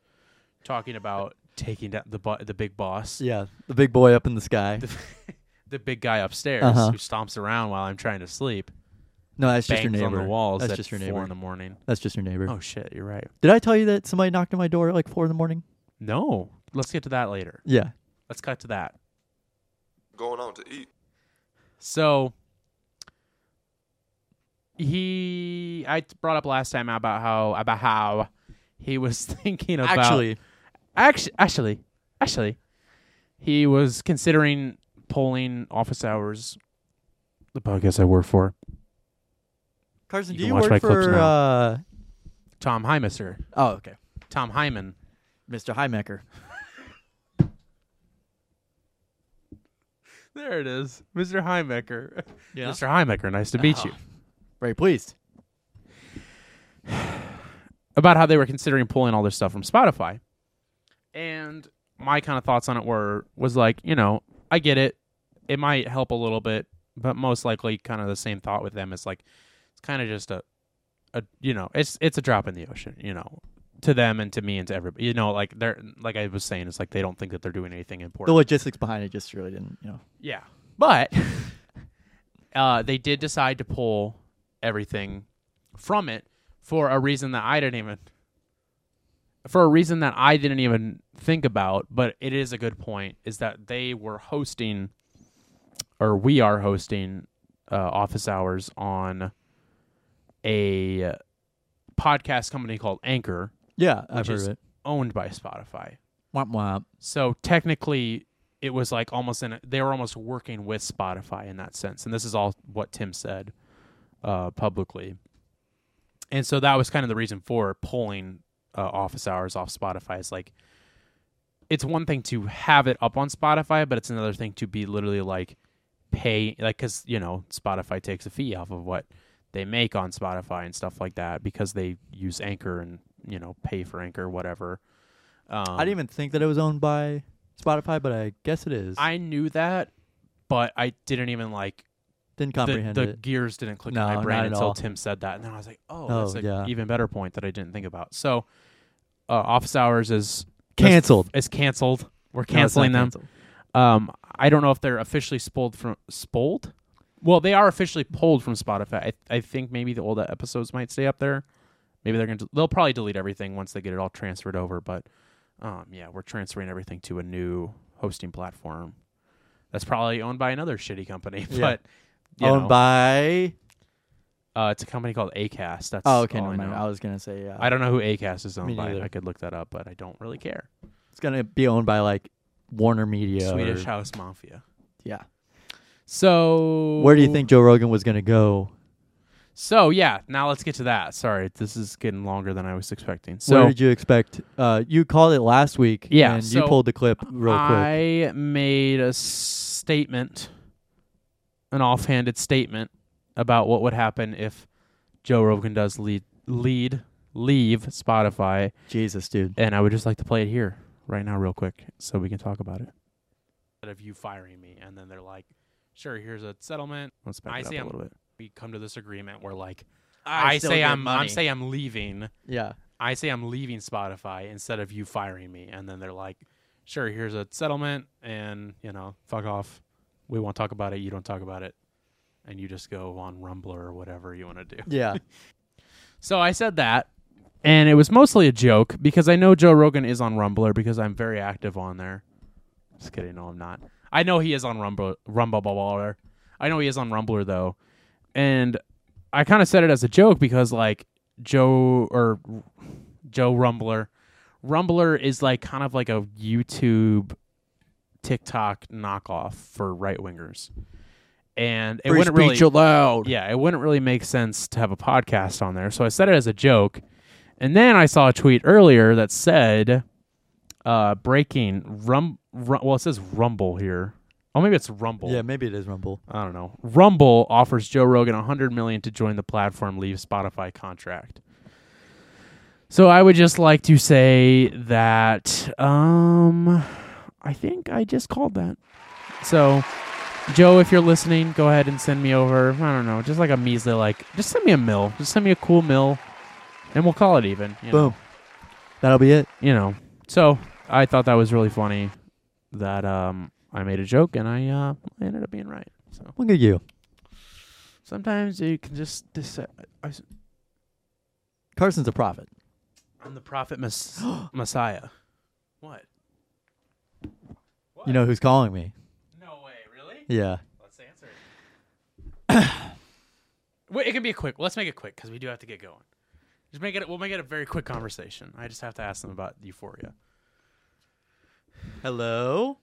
[SPEAKER 2] talking about taking down the bo- the big boss,
[SPEAKER 1] Yeah, the big boy up in the sky.
[SPEAKER 2] the, the big guy upstairs
[SPEAKER 1] Uh-huh.
[SPEAKER 2] who stomps around while I'm trying to sleep,
[SPEAKER 1] No, that's just your
[SPEAKER 2] bangs
[SPEAKER 1] neighbor.
[SPEAKER 2] on the walls
[SPEAKER 1] That's
[SPEAKER 2] at
[SPEAKER 1] just your
[SPEAKER 2] four
[SPEAKER 1] neighbor.
[SPEAKER 2] in the morning.
[SPEAKER 1] That's just your neighbor.
[SPEAKER 2] Oh shit, you're right.
[SPEAKER 1] Did I tell you that somebody knocked on my door at like four in the morning?
[SPEAKER 2] No, let's get to that later.
[SPEAKER 1] Yeah.
[SPEAKER 2] Let's cut to that.
[SPEAKER 5] Going out to eat.
[SPEAKER 2] So he, I t- brought up last time about how about how he was thinking about
[SPEAKER 1] Actually,
[SPEAKER 2] actually, actually, actually, he was considering polling office hours. The podcast I work for,
[SPEAKER 1] Carson,
[SPEAKER 2] you
[SPEAKER 1] do
[SPEAKER 2] can
[SPEAKER 1] you
[SPEAKER 2] watch my
[SPEAKER 1] work
[SPEAKER 2] clips
[SPEAKER 1] for?
[SPEAKER 2] now.
[SPEAKER 1] Uh,
[SPEAKER 2] Tom Heimisser,
[SPEAKER 1] oh, okay,
[SPEAKER 2] Tom Hyman.
[SPEAKER 1] Mr. Heimecker.
[SPEAKER 2] There it is, Mr. Heimecker. Oh.
[SPEAKER 1] Yeah.
[SPEAKER 2] Mr. Heimecker, nice to meet you.
[SPEAKER 1] Very pleased.
[SPEAKER 2] About how they were considering pulling all their stuff from Spotify, and my kind of thoughts on it were was like, you know, I get it. It might help a little bit, but most likely, kind of the same thought with them is like, it's kind of just a, a you know, it's it's a drop in the ocean, you know, to them and to me and to everybody, you know, like they're like I was saying, it's like they don't think that they're doing anything
[SPEAKER 1] The
[SPEAKER 2] important.
[SPEAKER 1] logistics behind it just really didn't, you know.
[SPEAKER 2] yeah, but uh, they did decide to pull everything from it for a reason that I didn't even for a reason that I didn't even think about, but it is a good point is that they were hosting or we are hosting uh, office hours on a podcast company called Anchor
[SPEAKER 1] Yeah, I've
[SPEAKER 2] Which
[SPEAKER 1] heard
[SPEAKER 2] is-
[SPEAKER 1] of it.
[SPEAKER 2] owned by Spotify.
[SPEAKER 1] Womp womp.
[SPEAKER 2] So technically, it was like almost in a, they were almost working with Spotify in that sense, and this is all what Tim said uh, publicly. And so that was kind of the reason for pulling uh, office hours off Spotify. Is like it's one thing to have it up on Spotify, but it's another thing to be literally like pay like because you know Spotify takes a fee off of what they make on Spotify and stuff like that because they use Anchor and you know pay for Anchor whatever. Um,
[SPEAKER 1] I didn't even think that it was owned by Spotify, but I guess it is.
[SPEAKER 2] I knew that, but I didn't even like
[SPEAKER 1] didn't
[SPEAKER 2] the,
[SPEAKER 1] comprehend
[SPEAKER 2] the
[SPEAKER 1] it.
[SPEAKER 2] gears didn't click
[SPEAKER 1] No,
[SPEAKER 2] in my brain
[SPEAKER 1] not at
[SPEAKER 2] until
[SPEAKER 1] all.
[SPEAKER 2] Tim said that, and then I was like, oh,
[SPEAKER 1] Oh,
[SPEAKER 2] that's an
[SPEAKER 1] yeah.
[SPEAKER 2] even better point that I didn't think about. So, uh, office hours is
[SPEAKER 1] Canceled.
[SPEAKER 2] Is canceled. We're
[SPEAKER 1] No, it's not
[SPEAKER 2] canceling them.
[SPEAKER 1] canceled.
[SPEAKER 2] Um, I don't know if they're officially spoiled from spoiled. Well, they are officially pulled from Spotify. I, I think maybe the old episodes might stay up there. Maybe they're gonna they'll probably delete everything once they get it all transferred over. But um, yeah, we're transferring everything to a new hosting platform that's probably owned by another shitty company.
[SPEAKER 1] Yeah.
[SPEAKER 2] But you
[SPEAKER 1] Owned
[SPEAKER 2] know,
[SPEAKER 1] by.
[SPEAKER 2] uh, it's a company called Acast. That's
[SPEAKER 1] Oh, okay.
[SPEAKER 2] all
[SPEAKER 1] Never
[SPEAKER 2] I,
[SPEAKER 1] mind.
[SPEAKER 2] know.
[SPEAKER 1] I was gonna say. Uh,
[SPEAKER 2] I don't know who Acast is
[SPEAKER 1] Me
[SPEAKER 2] owned by.
[SPEAKER 1] neither.
[SPEAKER 2] I could look that up, but I don't really care.
[SPEAKER 1] It's gonna be owned by like Warner Media.
[SPEAKER 2] Swedish
[SPEAKER 1] Or,
[SPEAKER 2] House Mafia.
[SPEAKER 1] yeah.
[SPEAKER 2] So
[SPEAKER 1] Where do you think Joe Rogan was gonna go?
[SPEAKER 2] So yeah, now let's get to that. Sorry, this is getting longer than I was expecting.
[SPEAKER 1] Where
[SPEAKER 2] So
[SPEAKER 1] did you expect? Uh, you called it last week.
[SPEAKER 2] Yeah,
[SPEAKER 1] And
[SPEAKER 2] so
[SPEAKER 1] you pulled the clip real quick.
[SPEAKER 2] I made a statement, an offhanded statement about what would happen if Joe Rogan does lead lead leave Spotify,
[SPEAKER 1] Jesus, dude.
[SPEAKER 2] and I would just like to play it here right now, real quick, so we can talk about it. Instead of you firing me, and then they're like, "Sure, here's a settlement."
[SPEAKER 1] Let's back
[SPEAKER 2] I
[SPEAKER 1] it up
[SPEAKER 2] see
[SPEAKER 1] a
[SPEAKER 2] I'm-
[SPEAKER 1] little bit.
[SPEAKER 2] We come to this agreement where like I,
[SPEAKER 1] still
[SPEAKER 2] say
[SPEAKER 1] get
[SPEAKER 2] I'm I'm
[SPEAKER 1] money.
[SPEAKER 2] say I'm leaving.
[SPEAKER 1] Yeah.
[SPEAKER 2] I say I'm leaving Spotify instead of you firing me, and then they're like, "Sure, here's a settlement, and you know, fuck off. We won't talk about it. You don't talk about it, and you just go on Rumbler or whatever you want to do."
[SPEAKER 1] Yeah.
[SPEAKER 2] So I said that, and it was mostly a joke because I know Joe Rogan is on Rumbler because I'm very active on there. Just kidding, no, I'm not. I know he is on Rumbler, Rumbler. I know he is on Rumbler though, and I kind of said it as a joke because like Joe or Joe Rumbler, Rumbler is like kind of like a YouTube, TikTok knockoff for right wingers, and it wouldn't really
[SPEAKER 1] allowed.
[SPEAKER 2] yeah, it wouldn't really make sense to have a podcast on there. So I said it as a joke. And then I saw a tweet earlier that said, uh, breaking rum, rum, well, it says Rumble here. Oh, maybe it's Rumble.
[SPEAKER 1] Yeah. Maybe it is Rumble.
[SPEAKER 2] I don't know. Rumble offers Joe Rogan 100 million to join the platform, leave Spotify contract. So I would just like to say that um I think I just called that. So Joe, if you're listening, go ahead and send me over, I don't know, just like a measly like just send me a mill. Just send me a cool mill. and we'll call it even. You know?
[SPEAKER 1] Boom. That'll be it.
[SPEAKER 2] You know. So I thought that was really funny that um I made a joke and I uh I ended up being right. So
[SPEAKER 1] Look at you.
[SPEAKER 2] sometimes you can just decide. I was-
[SPEAKER 1] Carson's a prophet.
[SPEAKER 2] I'm the prophet mess- messiah. What?
[SPEAKER 1] You know who's calling me.
[SPEAKER 2] No way, really?
[SPEAKER 1] Yeah.
[SPEAKER 2] Let's answer it. Wait, it can be a quick. Let's make it quick because we do have to get going. Just make it. We'll make it a very quick conversation. I just have to ask them about Euphoria.
[SPEAKER 1] Hello.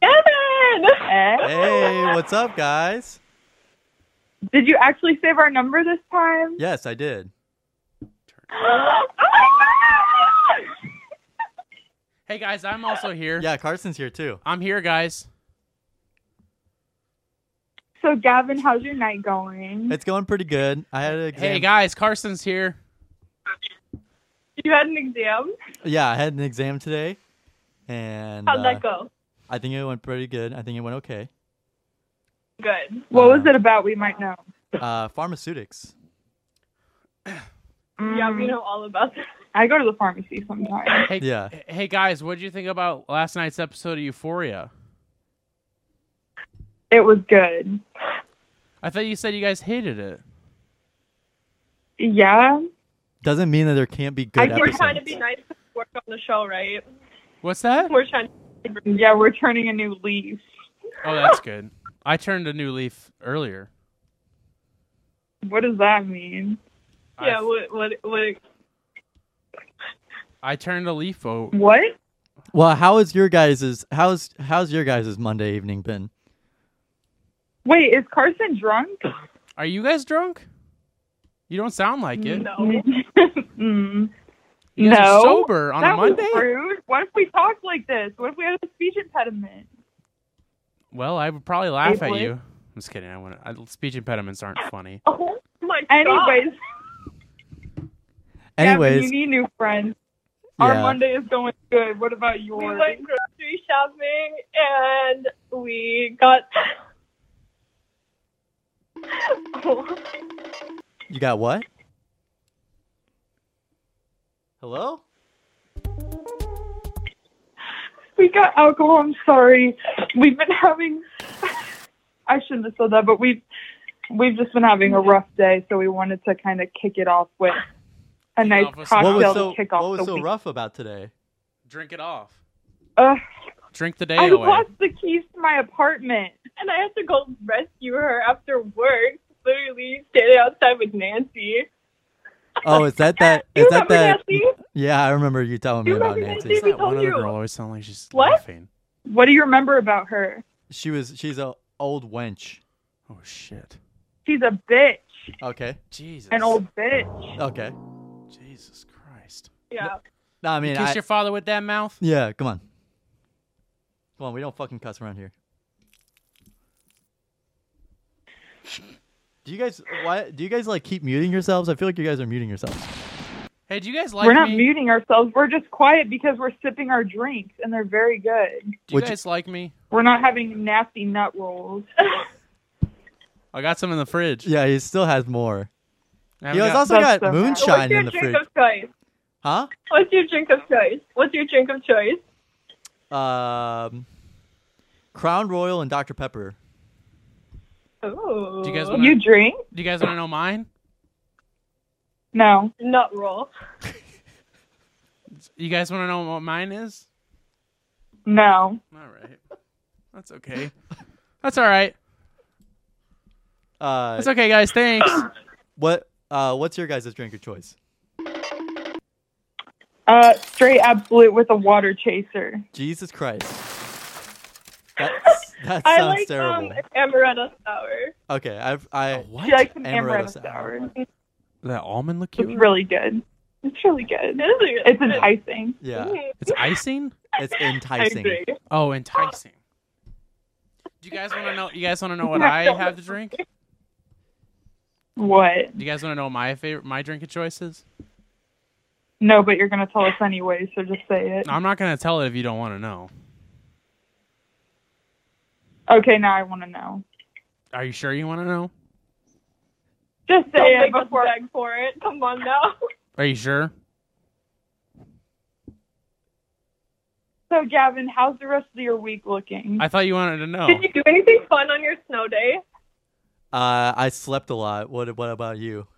[SPEAKER 8] Kevin!
[SPEAKER 1] Hey, what's up, guys?
[SPEAKER 8] Did you actually save our number this time?
[SPEAKER 1] Yes, I did.
[SPEAKER 8] oh my god!
[SPEAKER 2] Hey guys, I'm also here.
[SPEAKER 1] Yeah, Carson's here too.
[SPEAKER 2] I'm here, guys.
[SPEAKER 8] So Gavin, how's your night going?
[SPEAKER 1] It's going pretty good. I had an exam.
[SPEAKER 2] Hey guys, Carson's here.
[SPEAKER 8] you had an exam?
[SPEAKER 1] Yeah, I had an exam today, and
[SPEAKER 8] How'd
[SPEAKER 1] uh,
[SPEAKER 8] that go?
[SPEAKER 1] I think it went pretty good. I think it went okay.
[SPEAKER 8] Good. What was
[SPEAKER 1] uh,
[SPEAKER 8] it about? We might know.
[SPEAKER 1] Uh, pharmaceutics.
[SPEAKER 8] Yeah, we know all about that. Mm. I go to the pharmacy sometimes.
[SPEAKER 2] Hey,
[SPEAKER 1] Yeah.
[SPEAKER 2] Hey guys, what did you think about last night's episode of Euphoria?
[SPEAKER 8] It was good.
[SPEAKER 2] I thought you said you guys hated it.
[SPEAKER 8] Yeah.
[SPEAKER 1] Doesn't mean that there can't be good episodes.
[SPEAKER 8] nice to work on the show, right?
[SPEAKER 2] What's that?
[SPEAKER 8] We're trying. Yeah, we're turning a new leaf.
[SPEAKER 2] Oh, that's good. I turned a new leaf earlier.
[SPEAKER 8] What does that mean?
[SPEAKER 2] Yeah,
[SPEAKER 8] What? What? What?
[SPEAKER 2] I turned a leaf. Oh,
[SPEAKER 8] What?
[SPEAKER 1] Well, how is your guys's how's how's your guys's Monday evening been?
[SPEAKER 8] Wait, is Carson drunk?
[SPEAKER 2] are you guys drunk? You don't sound like it.
[SPEAKER 8] Mm.
[SPEAKER 2] You guys
[SPEAKER 8] No.
[SPEAKER 2] are sober on
[SPEAKER 8] that
[SPEAKER 2] a Monday.
[SPEAKER 8] was rude. What if we talked like this? What if we had a speech impediment?
[SPEAKER 2] Well, I would probably laugh at
[SPEAKER 8] would.
[SPEAKER 2] you. I'm just kidding. I want I, speech impediments aren't funny.
[SPEAKER 8] Oh my Anyways, Gavin,
[SPEAKER 1] Anyways,
[SPEAKER 8] you need new friends. Our
[SPEAKER 1] Yeah.
[SPEAKER 8] Monday is going good. What about yours?
[SPEAKER 9] We went grocery shopping and we got.
[SPEAKER 1] you got what? Hello.
[SPEAKER 8] We got alcohol. I'm sorry. We've been having. I shouldn't have said that, but we've we've just been having a rough day, so we wanted to kind of kick it off with a nice
[SPEAKER 2] off with some-
[SPEAKER 1] What
[SPEAKER 8] cocktail
[SPEAKER 1] was so
[SPEAKER 8] to kick off
[SPEAKER 1] what was
[SPEAKER 8] the
[SPEAKER 1] so
[SPEAKER 8] week.
[SPEAKER 1] rough about today?
[SPEAKER 2] Drink it off.
[SPEAKER 8] Ugh,
[SPEAKER 2] Drink the day
[SPEAKER 8] I
[SPEAKER 2] away.
[SPEAKER 8] lost the keys to my apartment.
[SPEAKER 9] And I had to go rescue her after work, literally standing outside with Nancy.
[SPEAKER 1] Oh, is that that
[SPEAKER 9] You
[SPEAKER 1] is that
[SPEAKER 9] remember
[SPEAKER 1] that?
[SPEAKER 9] Nancy?
[SPEAKER 1] Yeah, I remember you telling me
[SPEAKER 9] You
[SPEAKER 1] about
[SPEAKER 9] remember
[SPEAKER 1] Nancy.
[SPEAKER 9] Nancy?
[SPEAKER 2] Does
[SPEAKER 9] we
[SPEAKER 2] that one
[SPEAKER 9] told
[SPEAKER 2] other
[SPEAKER 9] you.
[SPEAKER 2] girl always sound like she's
[SPEAKER 9] What?
[SPEAKER 2] laughing?
[SPEAKER 8] What do you remember about her?
[SPEAKER 1] She was she's a old wench.
[SPEAKER 2] Oh shit.
[SPEAKER 8] She's a bitch,
[SPEAKER 1] Okay.
[SPEAKER 2] Jesus.
[SPEAKER 8] an old bitch.
[SPEAKER 1] Okay.
[SPEAKER 2] Jesus Christ.
[SPEAKER 9] Yeah.
[SPEAKER 1] No, I mean,
[SPEAKER 2] Kiss
[SPEAKER 1] I-
[SPEAKER 2] your father with that mouth.
[SPEAKER 1] yeah. Come on. Come on. We don't fucking cuss around here. Do you guys why do you guys like keep muting yourselves? I feel like you guys are muting yourselves.
[SPEAKER 2] Hey, do you guys like
[SPEAKER 8] we're not
[SPEAKER 2] me?
[SPEAKER 8] muting ourselves. We're just quiet because we're sipping our drinks, and they're very good.
[SPEAKER 2] do you
[SPEAKER 1] Would you-
[SPEAKER 2] guys like me?
[SPEAKER 8] We're not having nasty nut rolls.
[SPEAKER 2] I got some in the fridge.
[SPEAKER 1] Yeah, he still has more.
[SPEAKER 2] I
[SPEAKER 1] He
[SPEAKER 2] haven't
[SPEAKER 1] has
[SPEAKER 2] got-
[SPEAKER 1] also
[SPEAKER 8] That's
[SPEAKER 1] got
[SPEAKER 8] so nice.
[SPEAKER 9] What's
[SPEAKER 1] moonshine
[SPEAKER 9] your
[SPEAKER 1] in the
[SPEAKER 9] drink
[SPEAKER 1] fridge.
[SPEAKER 9] of choice?
[SPEAKER 1] Huh?
[SPEAKER 9] What's your drink of choice? What's your drink of choice?
[SPEAKER 1] Um Crown Royal and Dr. Pepper.
[SPEAKER 9] Ooh.
[SPEAKER 2] Do you guys want
[SPEAKER 8] Oh. You
[SPEAKER 2] to?
[SPEAKER 8] drink?
[SPEAKER 2] Do you guys want to know mine?
[SPEAKER 8] No.
[SPEAKER 9] Nut roll.
[SPEAKER 2] You guys want to know what mine is?
[SPEAKER 8] No.
[SPEAKER 2] All right. That's okay. That's all right.
[SPEAKER 1] Uh
[SPEAKER 2] That's okay, guys. Thanks.
[SPEAKER 1] what uh what's your guys' drink of choice?
[SPEAKER 8] Uh, straight absolute with a water chaser.
[SPEAKER 1] Jesus Christ. That's, that
[SPEAKER 9] I
[SPEAKER 1] sounds
[SPEAKER 9] like
[SPEAKER 1] terrible.
[SPEAKER 9] um amaretto sour.
[SPEAKER 1] Okay, I've I
[SPEAKER 8] She likes an
[SPEAKER 1] Amaretto
[SPEAKER 8] amaretto
[SPEAKER 1] sour.
[SPEAKER 8] sour.
[SPEAKER 2] That almond liqueur.
[SPEAKER 8] It's really good. It's really good.
[SPEAKER 9] It is really
[SPEAKER 8] It's
[SPEAKER 9] good.
[SPEAKER 8] enticing.
[SPEAKER 1] yeah,
[SPEAKER 9] Mm,
[SPEAKER 2] It's icing.
[SPEAKER 1] it's
[SPEAKER 9] I
[SPEAKER 1] enticing.
[SPEAKER 9] agree.
[SPEAKER 2] Oh, enticing. Do you guys want to know? You guys want to know what I have to drink? Do
[SPEAKER 8] What?
[SPEAKER 2] you guys want to know my favorite, my drink of choice is?
[SPEAKER 8] No, but you're gonna tell us anyway, so just say it.
[SPEAKER 2] I'm not gonna tell it if you don't want to know.
[SPEAKER 8] Okay, now I want to know.
[SPEAKER 2] Are you sure you want to know?
[SPEAKER 9] Just
[SPEAKER 8] say
[SPEAKER 9] don't
[SPEAKER 8] it
[SPEAKER 9] make us
[SPEAKER 8] before-
[SPEAKER 9] beg for it. Come on now.
[SPEAKER 2] Are you sure?
[SPEAKER 8] So, Gavin, how's the rest of your week looking?
[SPEAKER 2] I thought you wanted to know.
[SPEAKER 9] Did you do anything fun on your snow day?
[SPEAKER 1] Uh, I slept a lot. What What about you?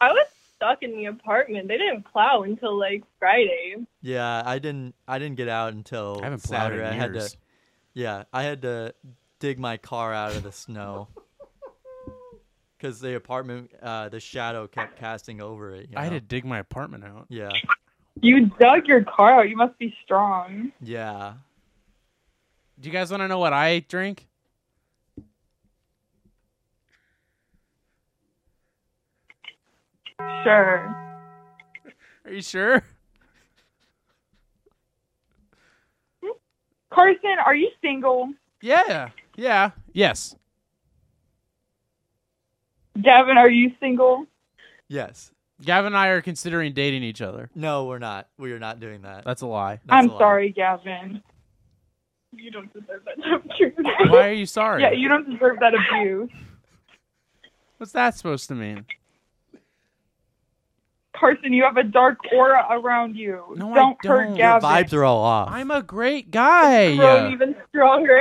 [SPEAKER 9] I was stuck in the apartment. They didn't plow until like Friday.
[SPEAKER 1] Yeah, I didn't. I didn't get out until
[SPEAKER 2] I haven't plowed
[SPEAKER 1] Saturday.
[SPEAKER 2] in
[SPEAKER 1] I had to.
[SPEAKER 2] years.
[SPEAKER 1] Yeah, I had to dig my car out of the snow because the apartment, uh, the shadow kept casting over it. you
[SPEAKER 2] I had
[SPEAKER 1] know?
[SPEAKER 2] to dig my apartment out.
[SPEAKER 1] Yeah,
[SPEAKER 8] You dug your car out. You must be strong.
[SPEAKER 1] yeah.
[SPEAKER 2] Do you guys want to know what I drink?
[SPEAKER 8] Sure.
[SPEAKER 2] Are you sure?
[SPEAKER 8] Carson, are you single?
[SPEAKER 2] Yeah. Yeah. Yes.
[SPEAKER 8] Gavin, are you single?
[SPEAKER 1] Yes.
[SPEAKER 2] Gavin and I are considering dating each other.
[SPEAKER 1] No, we're not. We are not doing that.
[SPEAKER 2] That's a lie.
[SPEAKER 1] That's
[SPEAKER 8] I'm
[SPEAKER 1] a lie.
[SPEAKER 8] sorry, Gavin.
[SPEAKER 9] You don't deserve that temperature.
[SPEAKER 2] Why are you sorry?
[SPEAKER 8] Yeah, you don't deserve that abuse.
[SPEAKER 2] What's that supposed to mean?
[SPEAKER 8] Carson, you have a dark aura around you.
[SPEAKER 2] No, I
[SPEAKER 8] don't,
[SPEAKER 2] don't.
[SPEAKER 8] hurt
[SPEAKER 1] Your
[SPEAKER 8] Gavin.
[SPEAKER 1] vibes are all off.
[SPEAKER 2] I'm a great guy.
[SPEAKER 9] Grown even stronger.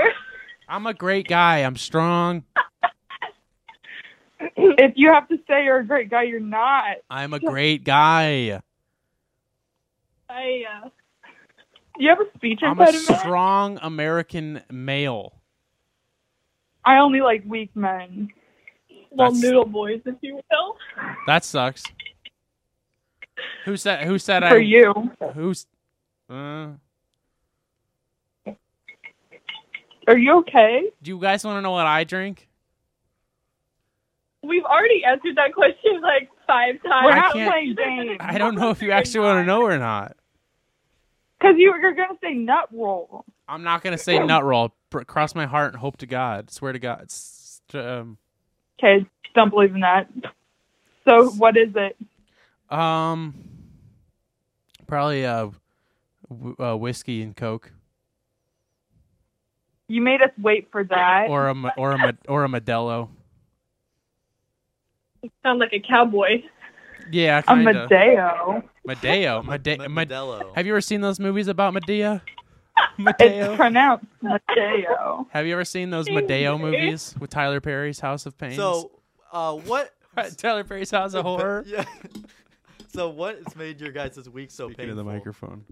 [SPEAKER 2] I'm a great guy. I'm strong.
[SPEAKER 8] if you have to say you're a great guy, you're not.
[SPEAKER 2] I'm a great guy.
[SPEAKER 9] I uh,
[SPEAKER 8] You have a speech
[SPEAKER 2] I'm a
[SPEAKER 8] impediment.
[SPEAKER 2] strong American male.
[SPEAKER 8] I only like weak men.
[SPEAKER 9] well
[SPEAKER 2] That's-
[SPEAKER 9] noodle boys, if you will.
[SPEAKER 2] That sucks. Who said? Who said I?
[SPEAKER 8] For you,
[SPEAKER 2] Who's? Uh,
[SPEAKER 8] are you okay?
[SPEAKER 2] do you guys want to know what I drink?
[SPEAKER 9] We've already answered that question like five times.
[SPEAKER 8] We're
[SPEAKER 2] I
[SPEAKER 8] not
[SPEAKER 2] can't-
[SPEAKER 8] playing games
[SPEAKER 2] I don't know if you actually want to know or not.
[SPEAKER 8] because you, you're gonna say nut roll.
[SPEAKER 2] I'm not gonna say nut roll. Pr- cross my heart and hope to God. Swear to God. It's, um,
[SPEAKER 8] Okay, don't believe in that. So what is it?
[SPEAKER 2] um, probably uh, w- uh, whiskey and coke,
[SPEAKER 8] You made us wait for that.
[SPEAKER 2] or a Ma- or a Ma- or a Modelo.
[SPEAKER 9] Sound like a cowboy.
[SPEAKER 2] Yeah,
[SPEAKER 8] a
[SPEAKER 2] kind of.
[SPEAKER 8] Madeo.
[SPEAKER 2] Madeo. Made-
[SPEAKER 1] Ma-
[SPEAKER 2] Made-
[SPEAKER 1] Modelo.
[SPEAKER 2] Have you ever seen those movies about Medea?
[SPEAKER 8] It's
[SPEAKER 2] Mateo.
[SPEAKER 8] pronounced Mateo.
[SPEAKER 2] Have you ever seen those
[SPEAKER 9] Hey,
[SPEAKER 2] Medeo
[SPEAKER 9] Dave.
[SPEAKER 2] movies with Tyler Perry's House of Pains?
[SPEAKER 1] so, uh, what?
[SPEAKER 2] Tyler Perry's House of Horror.
[SPEAKER 1] Yeah. So what's made your guys' this week so painful?
[SPEAKER 2] microphone.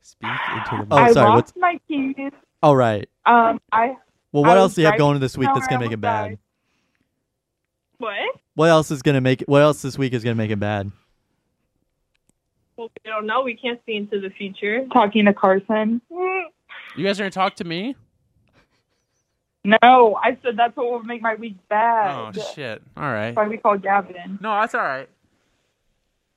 [SPEAKER 2] Speak into the
[SPEAKER 1] Oh,
[SPEAKER 8] I
[SPEAKER 1] sorry,
[SPEAKER 8] lost
[SPEAKER 1] what's-
[SPEAKER 8] my keys.
[SPEAKER 1] All right.
[SPEAKER 8] Um, I
[SPEAKER 1] Well, what
[SPEAKER 8] I was
[SPEAKER 1] else do you have
[SPEAKER 8] driving
[SPEAKER 1] going this week
[SPEAKER 8] somewhere,
[SPEAKER 1] that's gonna
[SPEAKER 8] I
[SPEAKER 1] make it
[SPEAKER 8] almost
[SPEAKER 1] bad?
[SPEAKER 8] died.
[SPEAKER 9] What?
[SPEAKER 1] What else is gonna make? What else this week is gonna make it bad?
[SPEAKER 9] Well, we don't know. We can't see into the future.
[SPEAKER 8] talking to Carson.
[SPEAKER 2] You guys are gonna talk to me?
[SPEAKER 8] No, I said that's what will make my week
[SPEAKER 2] Oh
[SPEAKER 8] bad. that's
[SPEAKER 2] shit! All right.
[SPEAKER 8] why we called Gavin.
[SPEAKER 2] No, that's all right.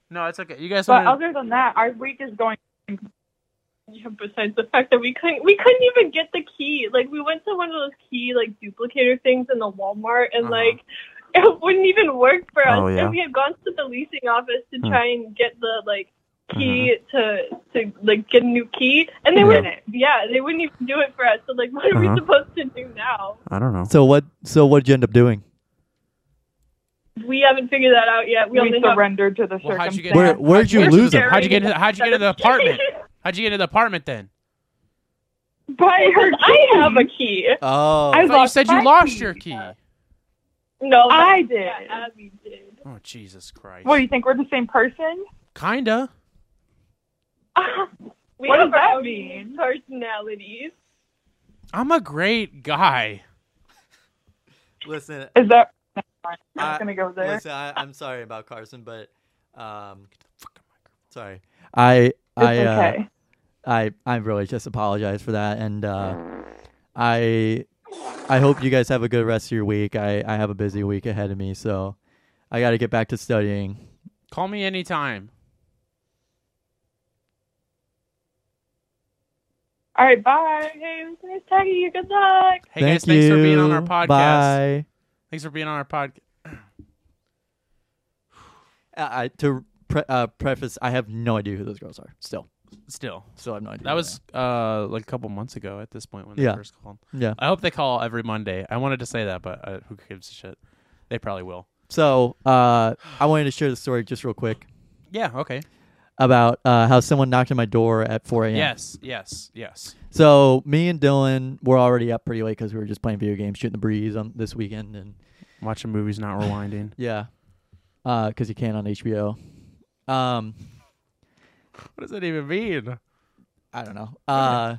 [SPEAKER 2] No, it's okay. You guys
[SPEAKER 8] But
[SPEAKER 2] want?
[SPEAKER 8] other than that, our week is going.
[SPEAKER 9] Yeah, besides the fact that we couldn't we couldn't even get the key. Like we went to one of those key like duplicator things in the Walmart and
[SPEAKER 2] Uh-huh.
[SPEAKER 9] like it wouldn't even work for us.
[SPEAKER 10] Oh, yeah.
[SPEAKER 9] And we had gone to the leasing office to
[SPEAKER 10] Hmm. Mm-hmm.
[SPEAKER 9] try and get the like key to to like get a new key and they
[SPEAKER 10] Yeah.
[SPEAKER 9] wouldn't yeah, they wouldn't even do it for us. So like what are
[SPEAKER 10] Uh-huh.
[SPEAKER 9] we supposed to do now?
[SPEAKER 10] I don't know.
[SPEAKER 1] So what? So what did you end up doing?
[SPEAKER 9] We haven't figured that out yet. We,
[SPEAKER 8] We,
[SPEAKER 9] only have
[SPEAKER 8] surrendered to the
[SPEAKER 2] Well, how'd you get-
[SPEAKER 8] circumstance.
[SPEAKER 1] Where Where did you
[SPEAKER 9] Where's
[SPEAKER 1] lose
[SPEAKER 9] the
[SPEAKER 1] him?
[SPEAKER 2] How'd you get? Into, how'd you get into the apartment? How'd you get into the apartment then?
[SPEAKER 8] By her
[SPEAKER 9] I have a key.
[SPEAKER 2] I
[SPEAKER 1] Oh,
[SPEAKER 8] I-
[SPEAKER 2] thought you
[SPEAKER 8] lost
[SPEAKER 2] said you
[SPEAKER 8] my
[SPEAKER 2] lost
[SPEAKER 8] key.
[SPEAKER 2] your key.
[SPEAKER 9] No
[SPEAKER 8] I
[SPEAKER 9] that's-
[SPEAKER 8] did.
[SPEAKER 9] yeah, Abby did.
[SPEAKER 2] Oh Jesus Christ!
[SPEAKER 8] What do you think? We're the same person?
[SPEAKER 2] Kinda.
[SPEAKER 9] We
[SPEAKER 8] What
[SPEAKER 9] have
[SPEAKER 8] does
[SPEAKER 9] our
[SPEAKER 8] that
[SPEAKER 9] own
[SPEAKER 8] mean?
[SPEAKER 9] Personalities.
[SPEAKER 2] I'm a great guy.
[SPEAKER 1] listen,
[SPEAKER 8] Is that? I'm not
[SPEAKER 1] Uh,
[SPEAKER 8] gonna go there.
[SPEAKER 1] listen. I, I'm sorry about Carson, but um, sorry. I
[SPEAKER 8] It's
[SPEAKER 1] I uh,
[SPEAKER 8] okay.
[SPEAKER 1] I I really just apologize for that, and uh, I I hope you guys have a good rest of your week. I I have a busy week ahead of me, so I got to get back to studying.
[SPEAKER 2] Call me anytime.
[SPEAKER 8] All right. Bye.
[SPEAKER 9] Hey, it was nice talking to you. Good luck.
[SPEAKER 2] Hey
[SPEAKER 1] Thank
[SPEAKER 2] guys, thanks for being on our
[SPEAKER 1] you.
[SPEAKER 2] podcast.
[SPEAKER 1] Bye.
[SPEAKER 2] Thanks for being on our podcast.
[SPEAKER 1] Uh, I, I- to pre- uh, preface, I have no idea who those girls are. Still,
[SPEAKER 2] Still,
[SPEAKER 1] still have no idea.
[SPEAKER 2] that
[SPEAKER 1] who
[SPEAKER 2] was uh like a couple months ago at this point when they
[SPEAKER 1] Yeah.
[SPEAKER 2] first called.
[SPEAKER 1] they are. yeah.
[SPEAKER 2] I hope they call every Monday. I wanted to say that, but uh, who gives a shit? They probably will.
[SPEAKER 1] So uh, I wanted to share the story just real quick
[SPEAKER 2] Yeah. Okay.
[SPEAKER 1] about uh, how someone knocked on my door at 4 a.m.
[SPEAKER 2] Yes. Yes. Yes.
[SPEAKER 1] So me and Dylan were already up pretty late because we were just playing video games, shooting the breeze on this weekend, and
[SPEAKER 2] Watching movies, not rewinding.
[SPEAKER 1] yeah, because you can on HBO. Um,
[SPEAKER 2] what does that even mean?
[SPEAKER 1] I don't know. Uh,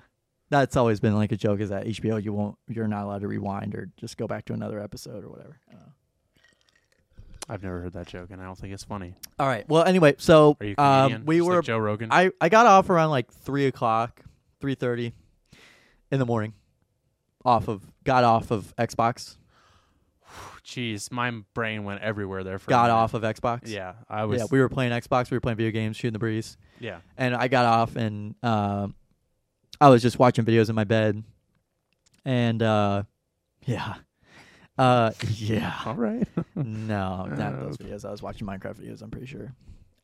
[SPEAKER 1] that's always been like a joke is that HBO you won't you're not allowed to rewind or just go back to another episode or whatever. I don't know.
[SPEAKER 2] I've never heard that joke, and I don't think it's funny.
[SPEAKER 1] All right. Well, anyway, so
[SPEAKER 2] Are you? a
[SPEAKER 1] um,
[SPEAKER 2] comedian?
[SPEAKER 1] we
[SPEAKER 2] Just like
[SPEAKER 1] were
[SPEAKER 2] Joe Rogan.
[SPEAKER 1] I, I got off around like three o'clock, three thirty, in the morning. Off of got off of Xbox.
[SPEAKER 2] Jeez, my brain went everywhere there. For a
[SPEAKER 1] Got
[SPEAKER 2] minute.
[SPEAKER 1] off of Xbox.
[SPEAKER 2] Yeah, I was.
[SPEAKER 1] yeah. We were playing Xbox. We were playing video games, shooting the breeze,
[SPEAKER 2] yeah.
[SPEAKER 1] and I got off and um, I was just watching videos in my bed, and uh, yeah, uh, yeah.
[SPEAKER 2] All right.
[SPEAKER 1] No, not those videos. I was watching Minecraft videos. I'm pretty sure.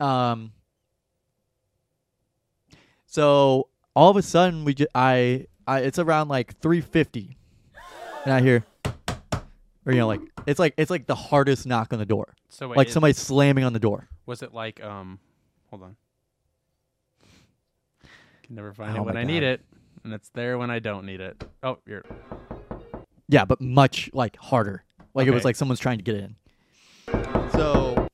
[SPEAKER 1] Um. So all of a sudden, we just I I it's around like 3:50, and I hear, or you know, like it's like it's like the hardest knock on the door,
[SPEAKER 2] so wait,
[SPEAKER 1] like
[SPEAKER 2] it-
[SPEAKER 1] somebody slamming on the door.
[SPEAKER 2] was it like um? Hold on. Can never find
[SPEAKER 1] Oh
[SPEAKER 2] it when
[SPEAKER 1] my
[SPEAKER 2] I need
[SPEAKER 1] God.
[SPEAKER 2] it, and it's there when I don't need it. Oh, you're.
[SPEAKER 1] Yeah, but much like harder. Like it was
[SPEAKER 2] Okay.
[SPEAKER 1] like someone's trying to get in. So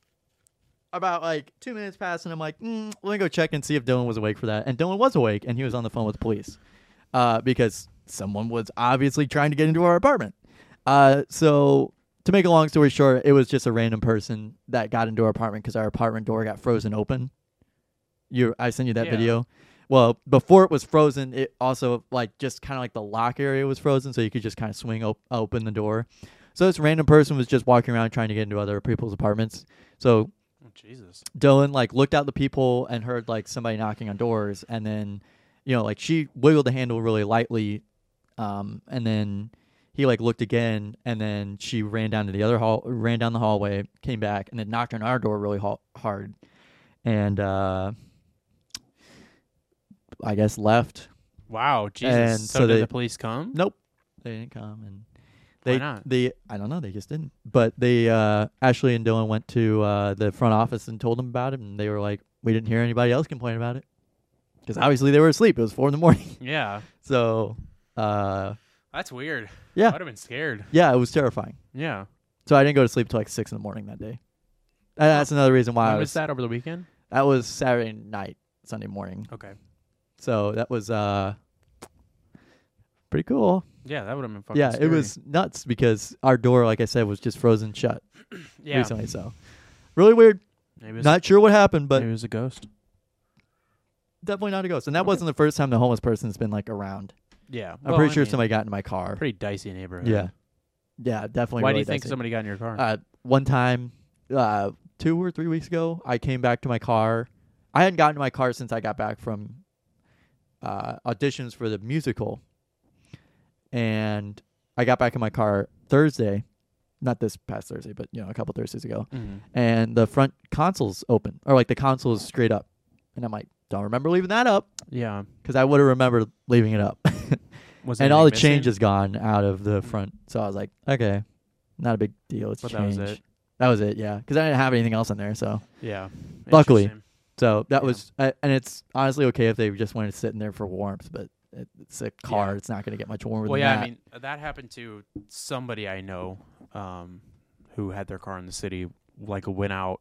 [SPEAKER 1] about like two minutes pass, and I'm like, mm, let me go check and see if Dylan was awake for that. And Dylan was awake, and he was on the phone with the police uh, because someone was obviously trying to get into our apartment. Uh, so to make a long story short, it was just a random person that got into our apartment because our apartment door got frozen open. You, I sent you that
[SPEAKER 2] Yeah.
[SPEAKER 1] video. Well, before it was frozen, it also like just kind of like the lock area was frozen, so you could just kind of swing op- open the door. So this random person was just walking around trying to get into other people's apartments. So
[SPEAKER 2] Oh, Jesus.
[SPEAKER 1] Dylan like looked out the people and heard like somebody knocking on doors, and then you know like she wiggled the handle really lightly, um, and then he like looked again, and then she ran down to the other hall, ran down the hallway, came back, and then knocked on our door really ha- hard, and uh, I guess left.
[SPEAKER 2] Wow, Jesus.
[SPEAKER 1] And
[SPEAKER 2] so,
[SPEAKER 1] so
[SPEAKER 2] did
[SPEAKER 1] they-
[SPEAKER 2] the police come?
[SPEAKER 1] Nope, they didn't come, and
[SPEAKER 2] Why
[SPEAKER 1] they
[SPEAKER 2] not?
[SPEAKER 1] they I don't know, they just didn't. But they uh, Ashley and Dylan went to uh, the front office and told them about it, and they were like, we didn't hear anybody else complain about it because obviously they were asleep. It was four in the morning,
[SPEAKER 2] Yeah,
[SPEAKER 1] so uh,
[SPEAKER 2] that's weird.
[SPEAKER 1] Yeah.
[SPEAKER 2] I would have been scared.
[SPEAKER 1] yeah, it was terrifying.
[SPEAKER 2] Yeah.
[SPEAKER 1] So I didn't go to sleep till like six in the morning that day. And that's another reason why I
[SPEAKER 2] When
[SPEAKER 1] was
[SPEAKER 2] was that over the weekend?
[SPEAKER 1] that was Saturday night, Sunday morning.
[SPEAKER 2] Okay.
[SPEAKER 1] So that was uh, pretty cool.
[SPEAKER 2] Yeah, that would have been fucking
[SPEAKER 1] yeah,
[SPEAKER 2] scary.
[SPEAKER 1] it was nuts because our door, like I said, was just frozen shut
[SPEAKER 2] yeah.
[SPEAKER 1] recently. So really weird.
[SPEAKER 2] Maybe it was,
[SPEAKER 1] Not sure what happened, but
[SPEAKER 2] maybe it was a ghost.
[SPEAKER 1] definitely not a ghost. And that wasn't the first time the homeless person's been like around.
[SPEAKER 2] Yeah.
[SPEAKER 1] I'm
[SPEAKER 2] well,
[SPEAKER 1] pretty
[SPEAKER 2] I
[SPEAKER 1] sure
[SPEAKER 2] mean,
[SPEAKER 1] somebody got in my car.
[SPEAKER 2] Pretty dicey neighborhood.
[SPEAKER 1] yeah, yeah, definitely.
[SPEAKER 2] Why do
[SPEAKER 1] really
[SPEAKER 2] you think
[SPEAKER 1] dicey.
[SPEAKER 2] somebody got in your car?
[SPEAKER 1] Uh, one time, uh, two or three weeks ago, I came back to my car. I hadn't gotten to my car since I got back from uh, auditions for the musical, and I got back in my car Thursday, not this past Thursday, but you know, a couple Thursdays ago
[SPEAKER 2] Mhm.
[SPEAKER 1] and the front console's open, or like the console is straight up. And I'm like, don't remember leaving that up
[SPEAKER 2] Yeah.
[SPEAKER 1] because I would have remembered leaving it up.
[SPEAKER 2] Was
[SPEAKER 1] and all the
[SPEAKER 2] anything missing?
[SPEAKER 1] change is gone out of the front. So I was like, okay, not a big deal. It's
[SPEAKER 2] But that was
[SPEAKER 1] change.
[SPEAKER 2] it.
[SPEAKER 1] That was it, yeah. Because I didn't have anything else in there, so
[SPEAKER 2] Yeah.
[SPEAKER 1] Luckily.
[SPEAKER 2] Interesting.
[SPEAKER 1] so that
[SPEAKER 2] Yeah.
[SPEAKER 1] was. I, and it's honestly okay if they just wanted to sit in there for warmth, but it, it's a car. It's not going to get much warmer.
[SPEAKER 2] Well,
[SPEAKER 1] than
[SPEAKER 2] yeah.
[SPEAKER 1] that.
[SPEAKER 2] I mean, that happened to somebody I know, um, who had their car in the city, like went out,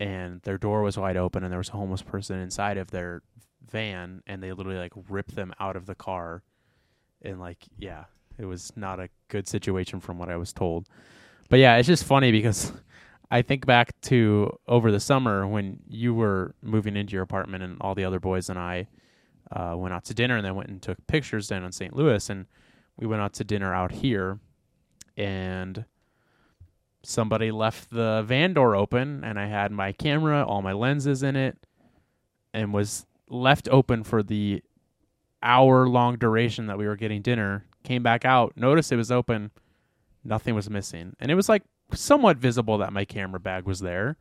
[SPEAKER 2] and their door was wide open, and there was a homeless person inside of their van, and they literally like ripped them out of the car, and like, yeah, it was not a good situation from what I was told. But yeah, it's just funny because I think back to over the summer when you were moving into your apartment and all the other boys and I uh, went out to dinner and then went and took pictures down in St. Louis and we went out to dinner out here and somebody left the van door open and I had my camera, all my lenses in it and was left open for the hour long duration that we were getting dinner. Came back out, noticed it was open, nothing was missing. And it was like somewhat visible that my camera bag was there.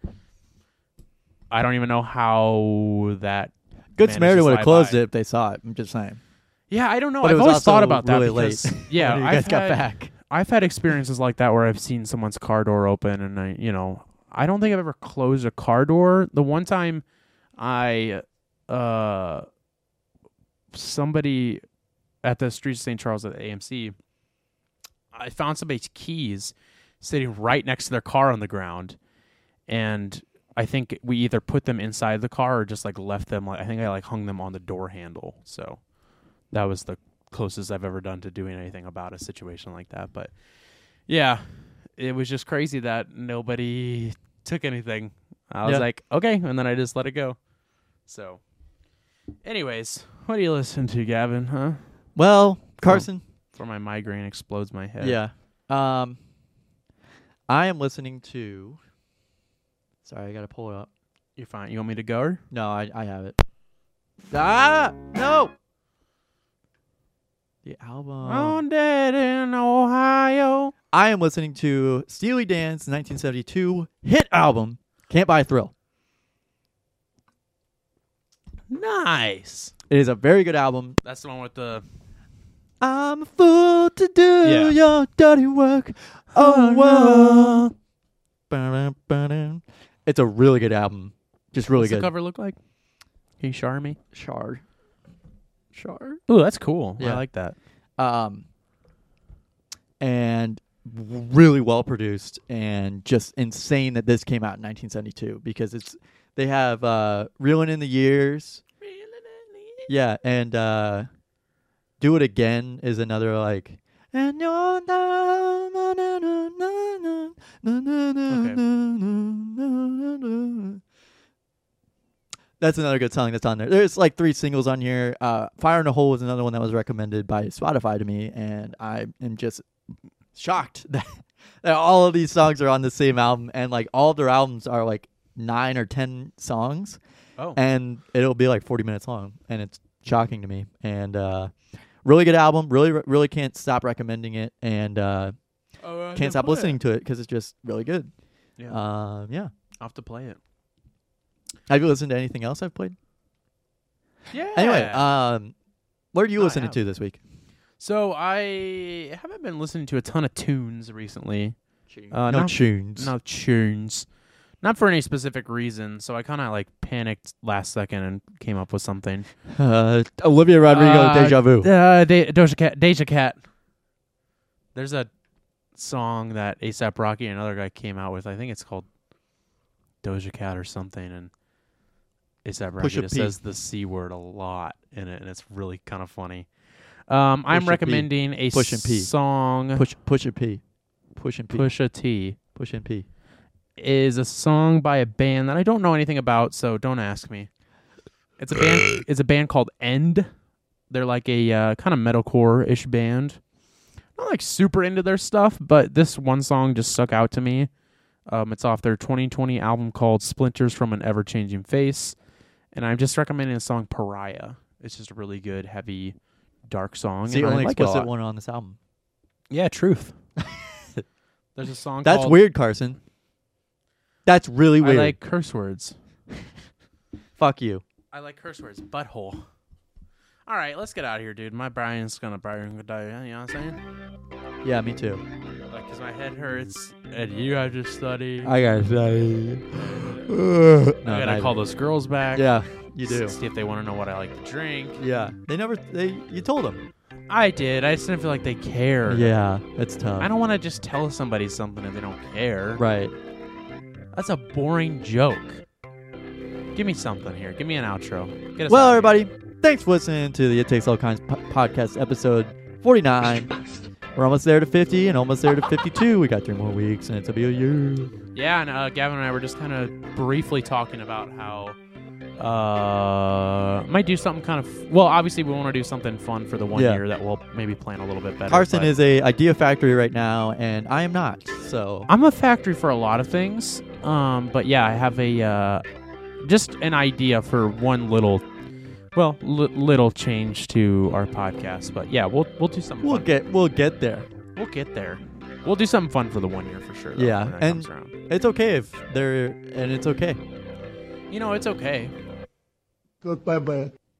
[SPEAKER 2] I don't even know how that
[SPEAKER 1] Good
[SPEAKER 2] manages
[SPEAKER 1] Samaritan
[SPEAKER 2] to
[SPEAKER 1] would
[SPEAKER 2] fly
[SPEAKER 1] have closed
[SPEAKER 2] by.
[SPEAKER 1] it if they saw it. I'm just saying.
[SPEAKER 2] Yeah, I don't know.
[SPEAKER 1] But it
[SPEAKER 2] I've
[SPEAKER 1] was
[SPEAKER 2] always
[SPEAKER 1] also
[SPEAKER 2] thought about that.
[SPEAKER 1] really
[SPEAKER 2] because-
[SPEAKER 1] late
[SPEAKER 2] Yeah,
[SPEAKER 1] when you
[SPEAKER 2] I've
[SPEAKER 1] guys got
[SPEAKER 2] had-
[SPEAKER 1] back.
[SPEAKER 2] I've had experiences like that where I've seen someone's car door open, and I, you know, I don't think I've ever closed a car door. The one time I, uh, somebody at the Streets of St. Charles at AMC, I found somebody's keys sitting right next to their car on the ground, and I think we either put them inside the car or just like left them. Like I think I like hung them on the door handle. So that was the closest I've ever done to doing anything about a situation like that. But yeah, it was just crazy that nobody took anything. I was
[SPEAKER 1] Yeah.
[SPEAKER 2] like, okay, and then I just let it go. So, anyways, what do you listen to, Gavin? Huh?
[SPEAKER 1] Well, Carson.
[SPEAKER 2] For my migraine explodes my head.
[SPEAKER 1] Yeah. Um, I am listening to. Sorry, I gotta pull it up.
[SPEAKER 2] you're fine. You want me to go? Or?
[SPEAKER 1] No, I I have it. Ah, no. The album.
[SPEAKER 2] On dead in Ohio.
[SPEAKER 1] I am listening to Steely Dan's 1972 hit album, Can't Buy a Thrill.
[SPEAKER 2] Nice.
[SPEAKER 1] It is a very good album.
[SPEAKER 2] That's the one with the
[SPEAKER 1] I'm a fool to do
[SPEAKER 2] Yeah.
[SPEAKER 1] your dirty work. Oh, well. Ba-dum, ba-dum. It's a really good album. Just really
[SPEAKER 2] What's the
[SPEAKER 1] good.
[SPEAKER 2] cover look like? Can you shower me?
[SPEAKER 1] Shard. Shard.
[SPEAKER 2] Ooh, that's cool. I
[SPEAKER 1] Yeah.
[SPEAKER 2] like that.
[SPEAKER 1] Um, and really well produced and just insane that this came out in 1972 because it's they have uh, Reelin' in the Years. Yeah, and uh, Do It Again is another like. And you're na- na- na- na- na- na- na- na- na-
[SPEAKER 2] Okay.
[SPEAKER 1] na- na- na- na. That's another good song that's on there. There's like three singles on here. Uh, Fire in a Hole was another one that was recommended by Spotify to me, and I am just shocked that, that all of these songs are on the same album, and like all their albums are like nine or ten songs
[SPEAKER 2] Oh.
[SPEAKER 1] and it'll be like 40 minutes long and it's shocking to me and uh really good album really really can't stop recommending it and uh can't stop listening to it because it's just really good
[SPEAKER 2] Yeah.
[SPEAKER 1] um yeah
[SPEAKER 2] I'll have to play it.
[SPEAKER 1] have you listened to anything else i've played
[SPEAKER 2] Yeah.
[SPEAKER 1] anyway um what are you
[SPEAKER 2] No, I
[SPEAKER 1] listening
[SPEAKER 2] have.
[SPEAKER 1] to this week
[SPEAKER 2] so I haven't been listening to a ton of tunes recently. Uh,
[SPEAKER 1] no
[SPEAKER 2] not-
[SPEAKER 1] tunes
[SPEAKER 2] No tunes. Not for any specific reason. So I kind of like panicked last second and came up with something.
[SPEAKER 1] uh, olivia rodrigo
[SPEAKER 2] Uh,
[SPEAKER 1] deja vu
[SPEAKER 2] Uh, De- Doja Cat. Deja Cat. There's a song that ASAP Rocky and another guy came out with. I think it's called Doja Cat or something. And ASAP Rocky
[SPEAKER 1] Pusha
[SPEAKER 2] just
[SPEAKER 1] P.
[SPEAKER 2] says the c word a lot in it, and it's really kind of funny. Um,
[SPEAKER 1] Pusha
[SPEAKER 2] I'm
[SPEAKER 1] P.
[SPEAKER 2] recommending a
[SPEAKER 1] Push and P.
[SPEAKER 2] song.
[SPEAKER 1] push push and p push and p push,
[SPEAKER 2] Push a T
[SPEAKER 1] and p
[SPEAKER 2] is a song by a band that I don't know anything about, so don't ask me. It's a band. it's a band called End. They're like a uh, kind of metalcore ish band. Not like super into their stuff, but this one song just stuck out to me. Um, it's off their 2020 album called "Splinters from an Ever Changing Face," and I'm just recommending the song "Pariah." It's just a really good, heavy, dark song.
[SPEAKER 1] it's the
[SPEAKER 2] and I
[SPEAKER 1] only
[SPEAKER 2] like it a
[SPEAKER 1] explicit
[SPEAKER 2] lot.
[SPEAKER 1] one on this album
[SPEAKER 2] Yeah, truth. There's a song
[SPEAKER 1] that's
[SPEAKER 2] called
[SPEAKER 1] weird carson that's really
[SPEAKER 2] I
[SPEAKER 1] weird
[SPEAKER 2] like curse words.
[SPEAKER 1] fuck you
[SPEAKER 2] I like curse words. Butthole. All right, let's get out of here, dude. My Brian's gonna Brian gonna die. You know what I'm
[SPEAKER 1] yeah me too
[SPEAKER 2] saying? Like, cause my head hurts, and you have to study. I,
[SPEAKER 1] I gotta say.
[SPEAKER 2] gotta call those girls back.
[SPEAKER 1] Yeah, you do.
[SPEAKER 2] See if they want to know what I like to drink.
[SPEAKER 1] Yeah, they never. They you told them.
[SPEAKER 2] I did. I just didn't feel like they care.
[SPEAKER 1] Yeah, that's tough.
[SPEAKER 2] I don't want to just tell somebody something if they don't care.
[SPEAKER 1] Right.
[SPEAKER 2] That's a boring joke. Give me something here. Give me an outro. Get us
[SPEAKER 1] Well,
[SPEAKER 2] out of here.
[SPEAKER 1] everybody, thanks for listening to the It Takes All Kinds po- podcast episode forty-nine. We're almost there to fifty, and almost there to fifty-two. We got three more weeks, and it's a be a year.
[SPEAKER 2] Yeah, and uh, Gavin and I were just kind of briefly talking about how uh might do something kind of well. Obviously, we want to do something fun for the one
[SPEAKER 1] Yeah.
[SPEAKER 2] year that we'll maybe plan a little bit better.
[SPEAKER 1] Carson
[SPEAKER 2] but-
[SPEAKER 1] is a idea factory right now, and I am not. So
[SPEAKER 2] I'm a factory for a lot of things, um, but yeah, I have a uh, just an idea for one little, well, li- little change to our podcast. But yeah, we'll we'll do something.
[SPEAKER 1] we'll
[SPEAKER 2] fun.
[SPEAKER 1] get we'll get there.
[SPEAKER 2] we'll get there. We'll do something fun for the one year for sure. though,
[SPEAKER 1] Yeah,
[SPEAKER 2] when that
[SPEAKER 1] and-
[SPEAKER 2] comes around.
[SPEAKER 1] It's okay if there, and it's okay.
[SPEAKER 2] you know it's okay.
[SPEAKER 3] Goodbye, bye.